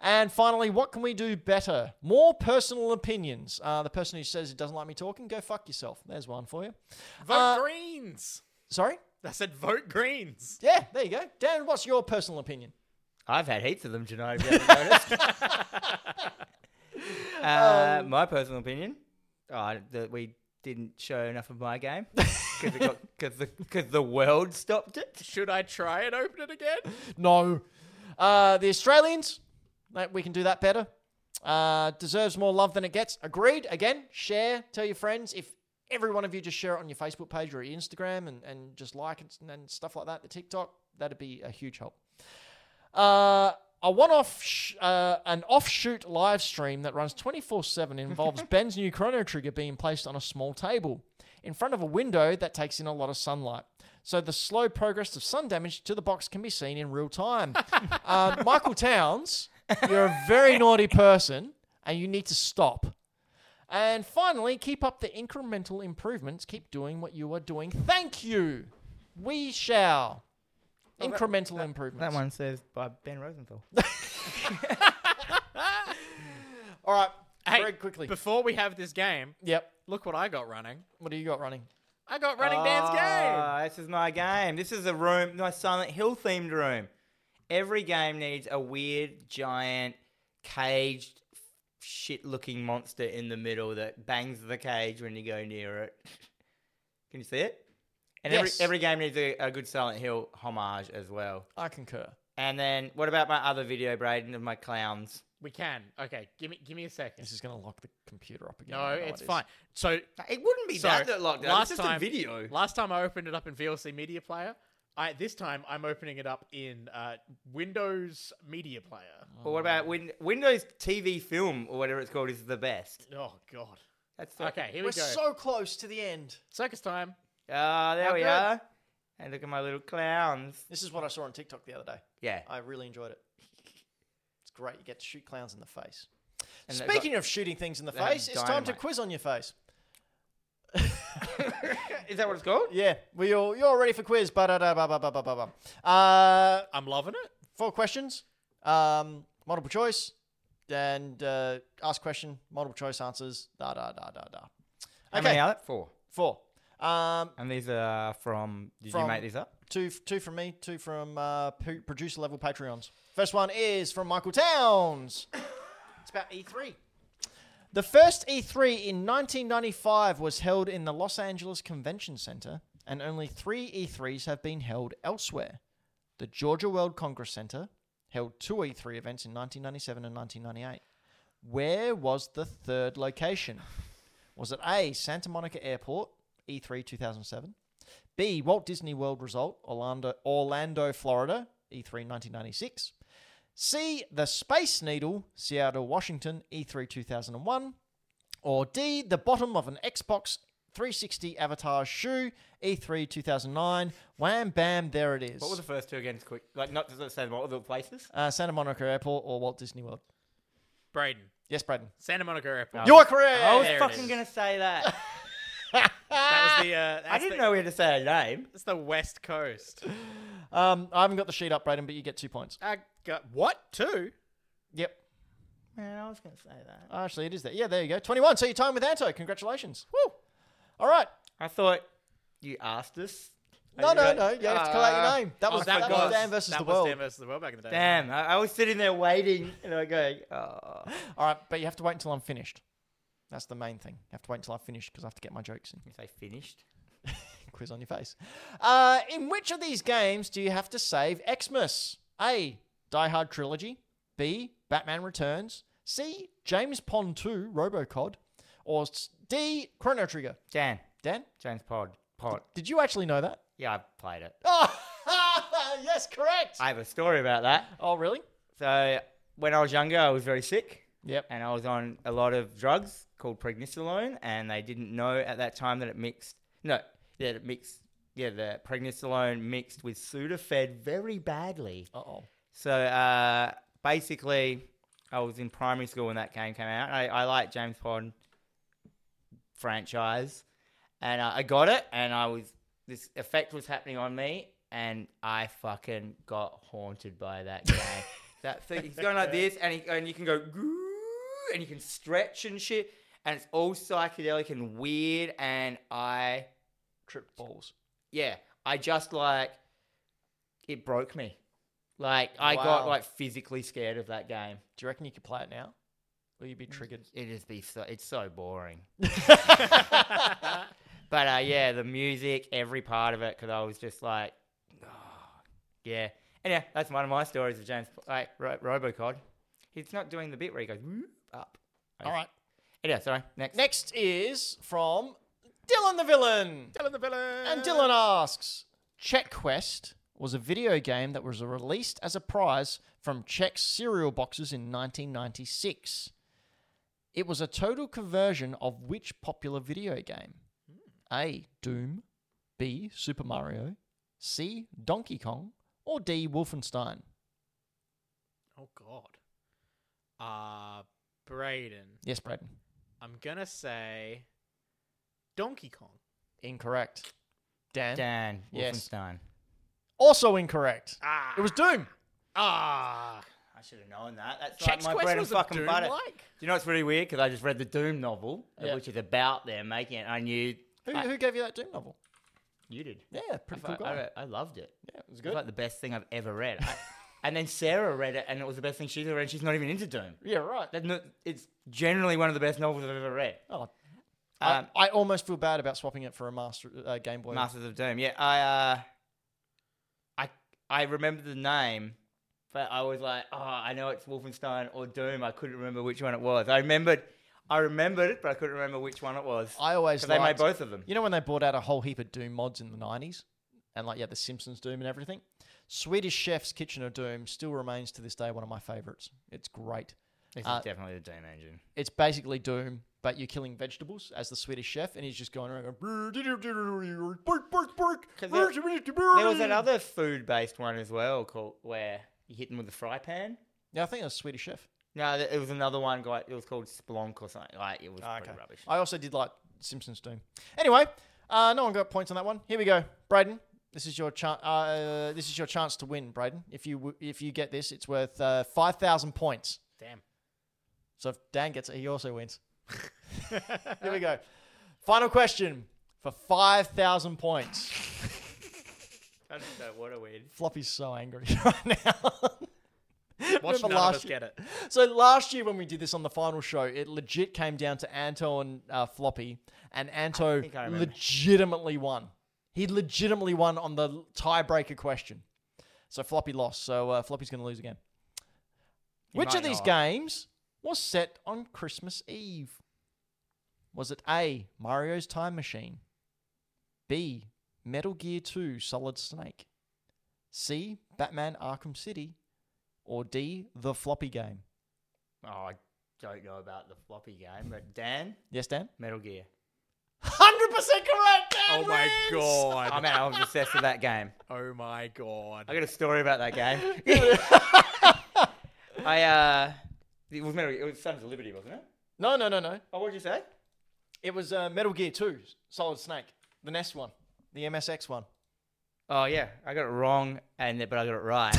And finally, what can we do better? More personal opinions. Uh, the person who says he doesn't like me talking, go fuck yourself. There's one for you.
Vote
Uh,
Greens.
Sorry?
I said vote Greens.
Yeah, there you go. Dan, what's your personal opinion?
I've had heaps of them, Janine. If you haven't noticed. uh,
Um,
my personal opinion, uh, that we didn't show enough of my game because the, 'cause the world stopped it.
Should I try and open it again?
No. Uh, the Australians, that- we can do that better. Uh, deserves more love than it gets. Agreed. Again, share, tell your friends. If every one of you just share it on your Facebook page or your Instagram and, and just like it and, and stuff like that, the TikTok, that'd be a huge help. Uh, a one-off, sh- uh, an offshoot live stream that runs 24/7 involves Ben's new Chrono Trigger being placed on a small table in front of a window that takes in a lot of sunlight. So the slow progress of sun damage to the box can be seen in real time. um, Michael Towns, you're a very naughty person, and you need to stop. And finally, keep up the incremental improvements. Keep doing what you are doing. Thank you. We shall. incremental improvements.
That one says by Ben Rosenthal.
All right.
Hey,
very quickly.
Before we have this game,
yep.
look what I got running.
What do you got running?
I got
Uh,
running Dan's game.
Ah, This is my game. This is a room, my Silent Hill themed room. Every game needs a weird, giant, caged, shit looking monster in the middle that bangs the cage when you go near it. Can you see it? And
Yes.
every, every game needs a, a good Silent Hill homage as well.
I concur.
And then, what about my other video, Braden, of my clowns?
We can. Okay, give me give me a second.
This is going to lock the computer up again.
No,
I know
it's
it is.
fine. So
It wouldn't be
So,
that that locked down.
last
It's just
time-
a video.
last time I opened it up in VLC Media Player. I this time I'm opening it up in uh, Windows Media Player.
Or what about win- Windows TV film or whatever it's called is the best?
Oh God.
That's the-
Okay, here
We're
we go.
so close to the end.
Circus time.
Ah, there
Oh,
we
good.
are. And look at my little clowns.
This is what I saw on TikTok the other day.
Yeah.
I really enjoyed it. It's great. You get to shoot clowns in the face.
And they've
Speaking of shooting things in the
they have
face, it's time to
dynamite.
quiz on your face.
got- is that what it's called?
Yeah, we all you're all ready for quiz. Ba-da-da-ba-ba-ba-ba-ba. Uh,
I'm loving it.
four questions, um, multiple choice, and uh, ask question, multiple choice answers. Da da da da da.
How
Okay,
many are there? Four.
four. Um,
And these are from. Did
From-
you make these up?
Two, two from me, two from uh, p- producer level Patreons. First one is from Michael Towns. it's about
E
E3. The first E3 in 1995 was held in the Los Angeles Convention Center, and only three E3s have been held elsewhere. The Georgia World Congress Center held two E3 events in 1997 and 1998. Where was the third location? Was it A, Santa Monica Airport, E E3 2007? B. Walt Disney World Resort, Orlando, Orlando, Florida, E E3 1996. C. The Space Needle, Seattle, Washington, E E3 2001. Or D. The bottom of an Xbox 360 Avatar shoe, E E3 2009. Wham, bam, there it is.
What were the first two again? Quick. Like, not just say what were the places?
uh, Santa Monica Airport or Walt Disney World?
Braden.
Yes, Braden. Oh,
Santa Monica Airport.
No.
Um, Your career.
I was
there it
fucking
is.
going to say that.
That was the. Uh,
I
that's
didn't
the,
know we had to say a name.
That's the West Coast.
Um, I haven't got the sheet up, Braden, but you get two points.
I got what two?
Yep.
Man, I was going to say that.
Oh, Actually, it is there. Yeah, there you go. 21. So you're tied with Anto. Congratulations. Woo. All right.
I thought you asked us.
No,
Are you
no,
ready?
no. You have to call out your name. That
Oh,
was, that was Dan versus
that
the
was
world.
Dan versus the world back in the day.
Damn, I, I was sitting there waiting, and I go, oh.
All right, but you have to wait until I'm finished. That's the main thing. You have to wait until I've finished because I have to get my jokes in.
If they finished,
Quiz on your face. Uh, in which of these games do you have to save Xmas? A. Die Hard Trilogy. B. Batman Returns. C. James Pond 2 Robocod. Or s- D. Chrono Trigger.
Dan,
Dan,
James Pod, Pod.
did you actually know that?
Yeah, I played it.
Oh, yes, correct.
I have a story about that.
oh, really?
So when I was younger, I was very sick.
Yep.
and I was on a lot of drugs called pregnenolone, and they didn't know at that time that it mixed. No, yeah, it mixed. Yeah, the pregnenolone mixed with Sudafed very badly.
Uh oh.
So uh, basically, I was in primary school when that game came out. I, I like James Bond franchise, and I, I got it, and I was this effect was happening on me, and I fucking got haunted by that game. that thing, he's going like this, and he, and you can go, "Grrrr," and you can stretch and shit, and it's all psychedelic and weird, and I
Trip balls.
yeah, I just like it broke me. Like I got
Wow.
like physically scared of that game.
Do you reckon you could play it now? Will you be triggered?
It is be so it's so boring. but uh, yeah, the music, every part of it, because I was just like, yeah. And yeah, that's one of my stories of James, like Ro- Robocod. He's not doing the bit where he goes "Whoop," up.
All right.
Yeah, sorry. Next.
Next is from Dylan the Villain.
Dylan the villain.
And Dylan asks Czech Quest was a video game that was released as a prize from Czech cereal boxes in 1996. It was a total conversion of which popular video game? A. Doom. B. Super Mario. C. Donkey Kong. Or D. Wolfenstein.
Oh God. Uh Braden.
Yes, Braden.
I'm gonna say Donkey Kong.
Incorrect. Dan.
Dan
Yes.
Wolfenstein.
Also incorrect.
Ah.
It was Doom.
ah.
I should have known that. That's like
Chex
my
Quest
bread and
was a
fucking
Doom
butter.
like?
Do you know what's really weird? Because I just read the Doom novel, uh,
Yeah.
which is about them making it. I knew
Who,
I-
who gave you that Doom novel?
you did.
Yeah, pretty cool
I,
guy.
I, re- I loved it.
yeah, it was
It was
good.
like the best thing I've ever read. I, and then Sarah read it, and it was the best thing she's ever read. She's not even into Doom.
yeah, right.
That no, it's generally one of the best novels I've ever read.
Oh, I-
Um,
I, almost feel bad about swapping it for a Master uh, Game Boy.
Masters of Doom. Yeah, I, uh, I, I remember the name, but I was like, oh, I know it's Wolfenstein or Doom. I couldn't remember which one it was. I remembered, I remembered it, but I couldn't remember which one it was.
I always
Because they made
liked-
both of them.
You know when they brought out a whole heap of Doom mods in the nineties, and like yeah, the Simpsons Doom and everything. Swedish Chef's Kitchen of Doom still remains to this day one of my favorites. It's great.
This
Uh,
is definitely the Doom engine.
It's basically Doom, but you're killing vegetables as the Swedish chef, and he's just going around. Going, bark, bark, bark.
'Cause there- There was that other food-based one as well, called where you hit them with a fry pan.
Yeah, I think it was Swedish Chef.
No, th- it was another one. Got it was called Splonk or something. Like it was pretty rubbish.
I also did like Simpsons Doom. Anyway, uh, no one got points on that one. Here we go, Braden. This is your chance. Uh, this is your chance to win, Braden. If you w- if you get this, it's worth uh, five thousand points.
Damn.
So if Dan gets it, he also wins. Here we go. Final question for five thousand points.
I just don't want to win.
Floppy's so angry right now.
Watch
Remember
none
last
of us
year-
get it.
So last year when we did this on the final show, it legit came down to Anto and uh, Floppy, and Anto
think I remember.
legitimately won. He legitimately won on the tiebreaker question. So Floppy lost. So uh, Floppy's going to lose again.
He
Which
might
of these
not.
games was set on Christmas Eve? Was it A. Mario's Time Machine, B. Metal Gear 2 Solid Snake, C. Batman Arkham City, or D. The Floppy Game?
Oh, I don't know about the floppy game, but Dan,
Yes, Dan?
Metal Gear.
Hundred percent correct. Dan
Oh my
wins!
god.
I mean, I was obsessed with that game.
Oh my god.
I got a story about that game. I uh, it was Metal Gear. It was Sons of Liberty, wasn't it?
No, no, no, no.
Oh, what'd you say?
E It was uh, Metal Gear Two, Solid Snake, the NES one, the MSX one.
Oh yeah, I got it wrong, and but I got it right.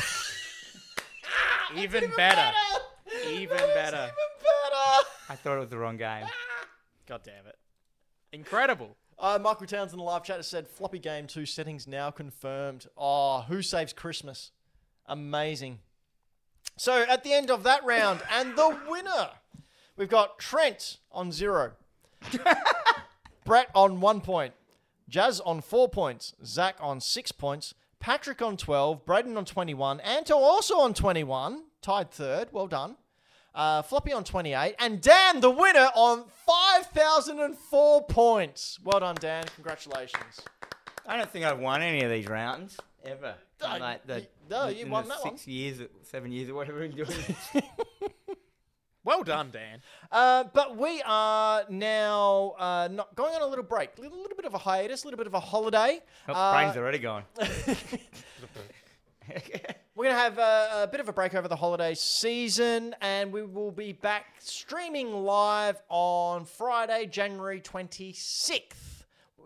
Even, better. Even better.
I thought it was the wrong game.
God damn it. Incredible.
Uh, Michael Towns in the live chat has said floppy game two settings now confirmed. Oh, who saves Christmas? Amazing. So at the end of that round, and the winner, we've got Trent on zero, Brett on one point, Jazz on four points, Zach on six points, Patrick on 12, Braden on 21, Anto also on 21, tied third. Well done. Uh, Floppy on 28, and Dan, the winner, on 5,004 points. Well done, Dan. Congratulations.
I don't think I've won any of these rounds ever.
No,
In, like the,
you- no,
the-
you
in
won
the
that
six years, seven years, or whatever you're doing.
Well done, Dan.
Uh, but we are now uh, not going on a little break, a little, little bit of a hiatus, a little bit of a holiday.
My
Uh,
brain's already gone.
We're going to have a, a bit of a break over the holiday season, and we will be back streaming live on Friday, January 26th,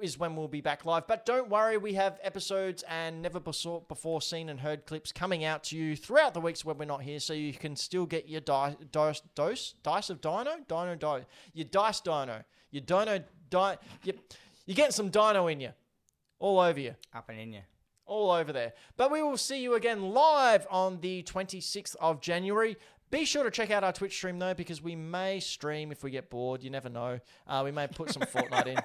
is when we'll be back live. But don't worry, we have episodes and never beso- before seen and heard clips coming out to you throughout the weeks when we're not here, so you can still get your di- dose, dose, dice of dino? Dino, dino. Your dice dino. Your dino, di- your, you're getting some dino in you, all over you
Up and in you.
all over there. But we will see you again live on the 26th of January. Be sure to check out our Twitch stream though, because we may stream if we get bored. You never know. Uh, we may put some Fortnite in.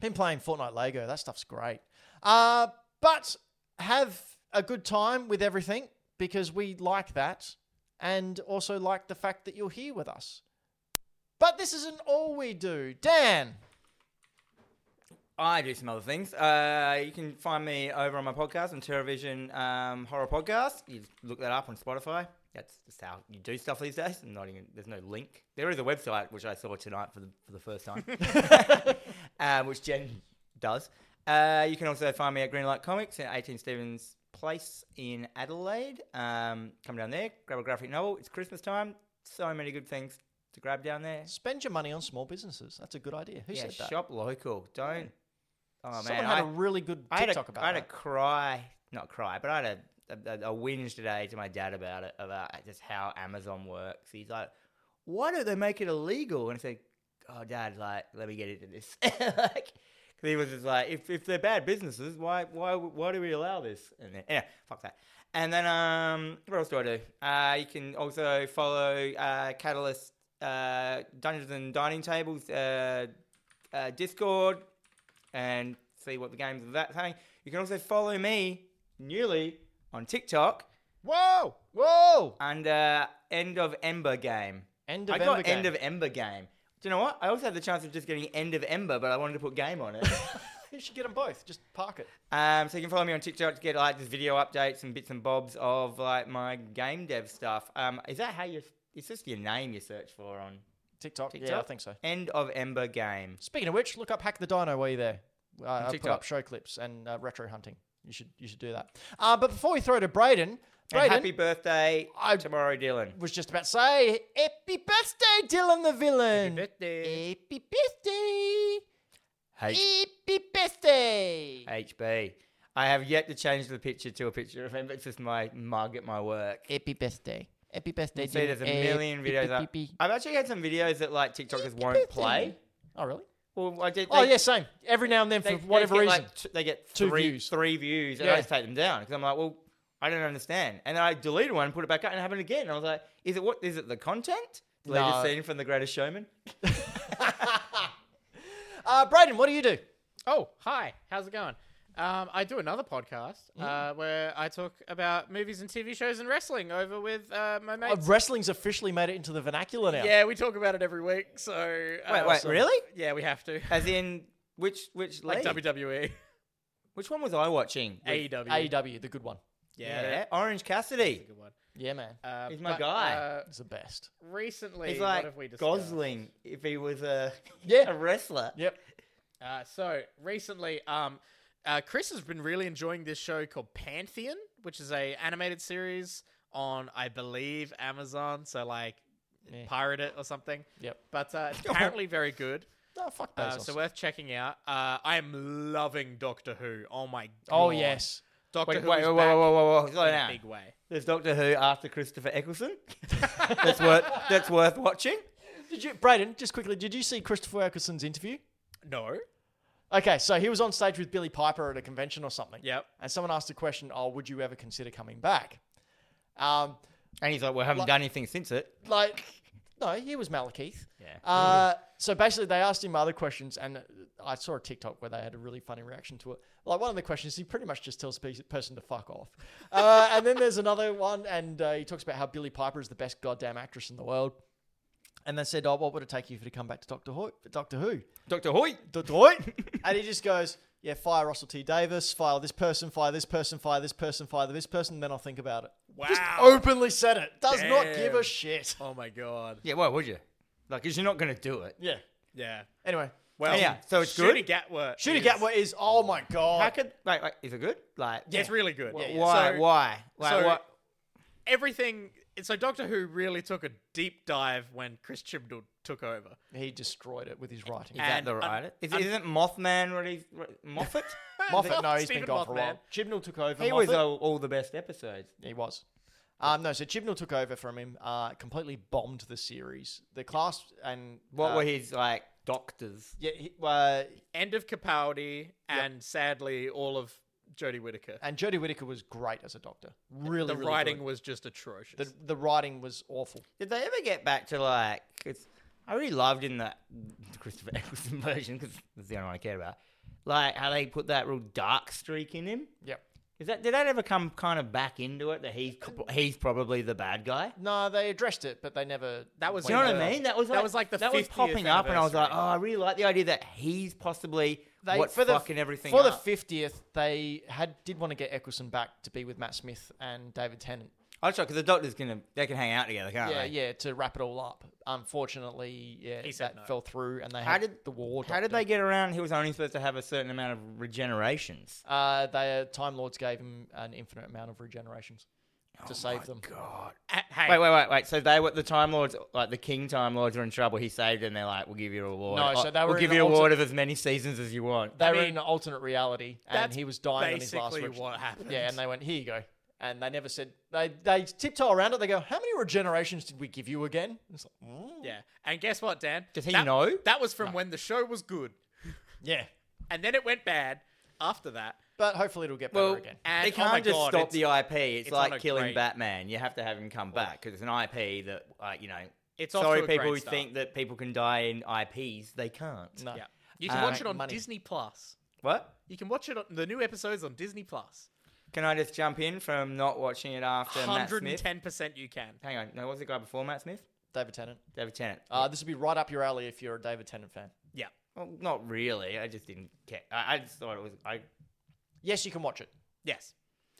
Been playing Fortnite Lego. That stuff's great. Uh, but have a good time with everything because we like that and also like the fact that you're here with us. But this isn't all we do. Dan,
I do some other things. Uh, you can find me over on my podcast on Terrorvision um, Horror Podcast. You look that up on Spotify. That's just how you do stuff these days. I'm not even, there's no link. There is a website which I saw tonight for the for the first time, uh, which Jen does. Uh, you can also find me at Greenlight Comics at 18 Stevens Place in Adelaide. Um, come down there, grab a graphic novel. It's Christmas time. So many good things to grab down there.
spend your money on small businesses. That's a good idea. Who
yeah,
said that?
shop local. Don't. Oh
Someone
man,
had
I-
a really good
I had a,
TikTok about
I had a
that.
cry, not cry, but I had a, a, a whinge today to my dad about it, about just how Amazon works. He's like, why don't they make it illegal? And I said, oh, dad, like, let me get into this. like, 'cause he was just like, if, if they're bad businesses, why, why, why do we allow this? And then, yeah, fuck that. And then, um, what else do I do? Uh, you can also follow uh, Catalyst uh, Dungeons and Dining Tables uh, uh, Discord and see what the games of that thing. You can also follow me newly on TikTok
Whoa! Whoa!
under End of Ember Game.
End
I
of
got
Ember
End
game.
of Ember Game. Do you know what? I also had the chance of just getting End of Ember, but I wanted to put game on it.
You should get them both. Just park it.
um, so you can follow me on TikTok to get like just video updates and bits and bobs of like my game dev stuff. Um, is that how you? It's just your name you search for on
TikTok. Yeah, I
TikTok?
think so.
End of Ember Game.
Speaking of which, look up Hack the Dino while you're there. Uh, I put
TikTok.
up show clips and uh, retro hunting. You should you should do that. Uh, but before we throw to Braden,
And
Braden
happy birthday
I-
tomorrow, Dylan.
was just about to say, "Happy birthday, Dylan the villain."
birthday.
Happy birthday.
H-
Happy birthday.
HB. I have yet to change the picture to a picture of him. It's just my mug at my work.
Happy birthday. Happy birthday.
See, there's a million videos up. I've actually had some videos that like TikTokers won't play.
Oh really?
Well, I did.
oh
they-
yeah, same. Every now and then,
they-
for
they
whatever
get,
reason.
like, t- they get
Two
three,
views.
Three views. And
Yeah.
I just take them down because I'm like, well, I don't understand. And then I deleted one, put it back up, and it happened again. I was like, is it what? Is it the content? The
No.
latest scene from The Greatest Showman.
Uh, Braden, what do you do?
Oh, hi. How's it going? Um, I do another podcast
Mm.
uh, where I talk about movies and TV shows and wrestling over with uh,
Oh,
my
Uh,
mates.
wrestling's officially made it into the vernacular now.
yeah, we talk about it every week. So uh,
Wait, wait,
so-
really?
Yeah, we have to.
As in which which
Like E.
league?
WWE,
which one was I watching?
AEW.
E
AEW, E the good one.
yeah,
E Yeah,
Orange Cassidy.
that's a good one.
Yeah, man.
Uh,
He's my
but,
guy.
Uh,
It's the best.
recently,
He's
what
like
have we discussed?
Gosling if he was a
Yeah.
a wrestler.
Yep.
Uh, so recently, um, uh, Chris has been really enjoying this show called Pantheon, which is a animated series on, I believe, Amazon. So like,
Yeah.
pirate it or something.
Yep.
But uh, it's apparently very good.
Oh, fuck
Uh,
Bezos.
so worth checking out. Uh, I am loving Doctor Who. Oh my god.
oh, yes.
Doctor
Wait,
Who
wait,
is
whoa,
back
whoa, whoa, whoa, whoa,
in
slow
a
down.
big way.
There's Doctor Who after Christopher Eccleston. that's worth that's worth watching.
Did you, Braden? Just quickly, did you see Christopher Eccleston's interview?
No.
Okay, so he was on stage with Billy Piper at a convention or something.
Yep.
And someone asked the question, "Oh, would you ever consider coming back?" Um,
And he's like, "We haven't
Like-
done anything since it."
like, no, he was Malekith.
Yeah.
Uh, so basically, they asked him other questions, and I saw a TikTok where they had a really funny reaction to it. Like one of the questions, he pretty much just tells the pe- person to fuck off. Uh, and then there's another one, and uh, he talks about how Billy Piper is the best goddamn actress in the world. And they said, "Oh, what would it take you for to come back to Doctor Who?" Doctor Who.
Doctor Hoyt.
Detroit. and he just goes, yeah, fire Russell T Davis, fire this person, fire this person, fire this person, fire this person, then I'll think about it. Just
Wow.
openly said it. Does not
Damn.
give a shit.
Oh my god.
Yeah, why would you? Like, because you're not going to do it.
Yeah.
Yeah.
Anyway.
Well,
Yeah, so it's good?
Shooter Gatwa.
Shooter
is-
Gatwa is, oh my
How
god.
could? Wait, wait, is it good? Like,
It's really good.
wh-
yeah.
Why?
So-
why? Like,
so-
what?
Everything. So Doctor Who really took a deep dive when Chris Chibnall took over.
He destroyed it with his writing.
Is that
and
the
un-
right? Is,
un-
isn't Mothman really Moffat?
Moffat, no, he's been
Stephen
gone for a while.
Moffman.
Chibnall took over.
he
Moffat.
was all, all the best episodes.
He was. Um, no, so Chibnall took over from him, uh, completely bombed the series. The class and.
What
uh,
were his like doctors?
Yeah, he, uh,
End of Capaldi, and sadly, all of Jodie Whittaker.
and Jodie Whittaker was great as a doctor. Really,
the
really
writing
good.
was just atrocious.
The, the writing was awful.
Did they ever get back to like? 'cause I really loved in that Christopher Eccleston version because that's the only one I care about. Like how they put that real dark streak in him.
Yep.
Is that did that ever come kind of back into it that he's co- he's probably the bad guy?
No, they addressed it, but they never.
That was-
Do you know what I mean? That was
That
like,
was like the
that was
50th
popping up, and I was like, oh,
anniversary.
I really like the idea that he's possibly
They,
what's
for the,
fucking everything
for
up.
the fiftieth. They had did want to get Eccleston back to be with Matt Smith and David Tennant.
I just because the doctor's gonna they can hang out together, can't
yeah,
they?
yeah, to wrap it all up. Unfortunately, yeah,
He said
that
no.
fell through, and they
How
had
did-
the war.
How did
doctor.
they get around? He was only supposed to have a certain amount of regenerations.
Uh, the Time Lords gave him an infinite amount of regenerations
Oh
to save them.
God.
A- hey,
Wait, wait, wait, wait. So they were the Time Lords, like the King Time Lords, are in trouble. He saved, and they're like, "We'll give you a reward.
No, so
Oh,
they were
we'll
in
give
the
you a
alter-
reward of as many seasons as you want."
They
I
were
mean,
in an alternate reality, and
that's
he was dying on his last.
basically
reg-
what happened.
Yeah, and they went, "Here you go." And they never said they they tiptoe around it. They go, "How many regenerations did we give you again?" It's like, "Mm."
Yeah. And guess what, Dan?
Does he
That-
know?
That was from when the show was good,
yeah,
and then it went bad after that.
but hopefully it'll get better
Well,
again.
And
they can't
oh my
just
God,
stop
it's-
the IP. It's,
it's on
like
a
killing
great-
Batman. You have to have him come back because it's an IP that, uh, you know.
It's off
sorry,
to a
people
great
who
start.
think that people can die in IPs, they can't.
No.
Yeah. You can
Uh,
watch it on
money.
Disney Plus.
What?
You can watch it on the new episodes on Disney Plus.
Can I just jump in from not watching it after Matt Smith?
110% you can.
Hang on, no, what was the guy before Matt Smith?
David Tennant.
David Tennant.
Uh, this would be right up your alley if you're a David Tennant fan.
Yeah.
well, not really. I just didn't care. I, I just thought it was. I
Yes, you can watch it.
Yes.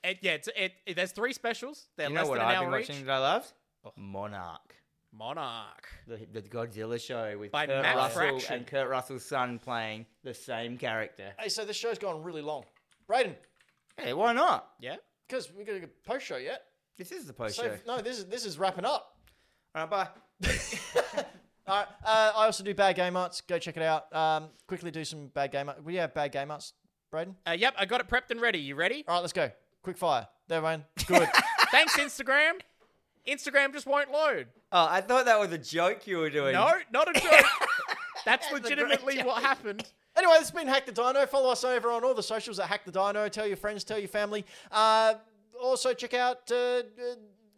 It, yeah, it's, it, it- there's three specials. They're
you know
less
what
than an
I've been
hour each.
watching that I loved? Monarch,
Monarch.
the, the Godzilla show with
By
Kurt
Matt
Russell
Fraction.
and Kurt Russell's son playing the same character.
Hey, so this show's gone really long. Braden,
Hey, why not?
Yeah.
because we got a post show yet.
This is the post
So
show.
no, this is this is wrapping up.
All right, bye.
All right. Uh, I also do Bad Game Arts. Go check it out. Um, quickly do some Bad Game Arts. We have Bad Game Arts, Braden.
Uh, yep, I got it prepped and ready. You ready?
All right, let's go. Quick fire. There, man. Good.
Thanks, Instagram. Instagram just won't load.
Oh, I thought that was a joke you were doing.
No, not a joke. That's
a great
legitimately
joke.
what happened.
Anyway, this has been Hack the Dino. Follow us over on all the socials at Hack the Dino. Tell your friends, tell your family. Uh, also, check out uh, uh,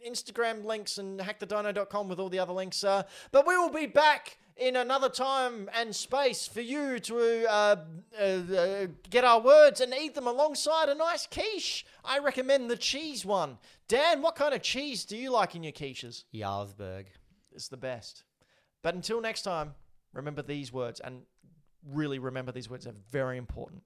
Instagram links and hackthedino.com with all the other links. Uh, but we will be back in another time and space for you to uh, uh, uh, get our words and eat them alongside a nice quiche. I recommend the cheese one. Dan, what kind of cheese do you like in your quiches?
Jarlsberg.
It's the best. But until next time, remember these words and really remember these words. They're very important.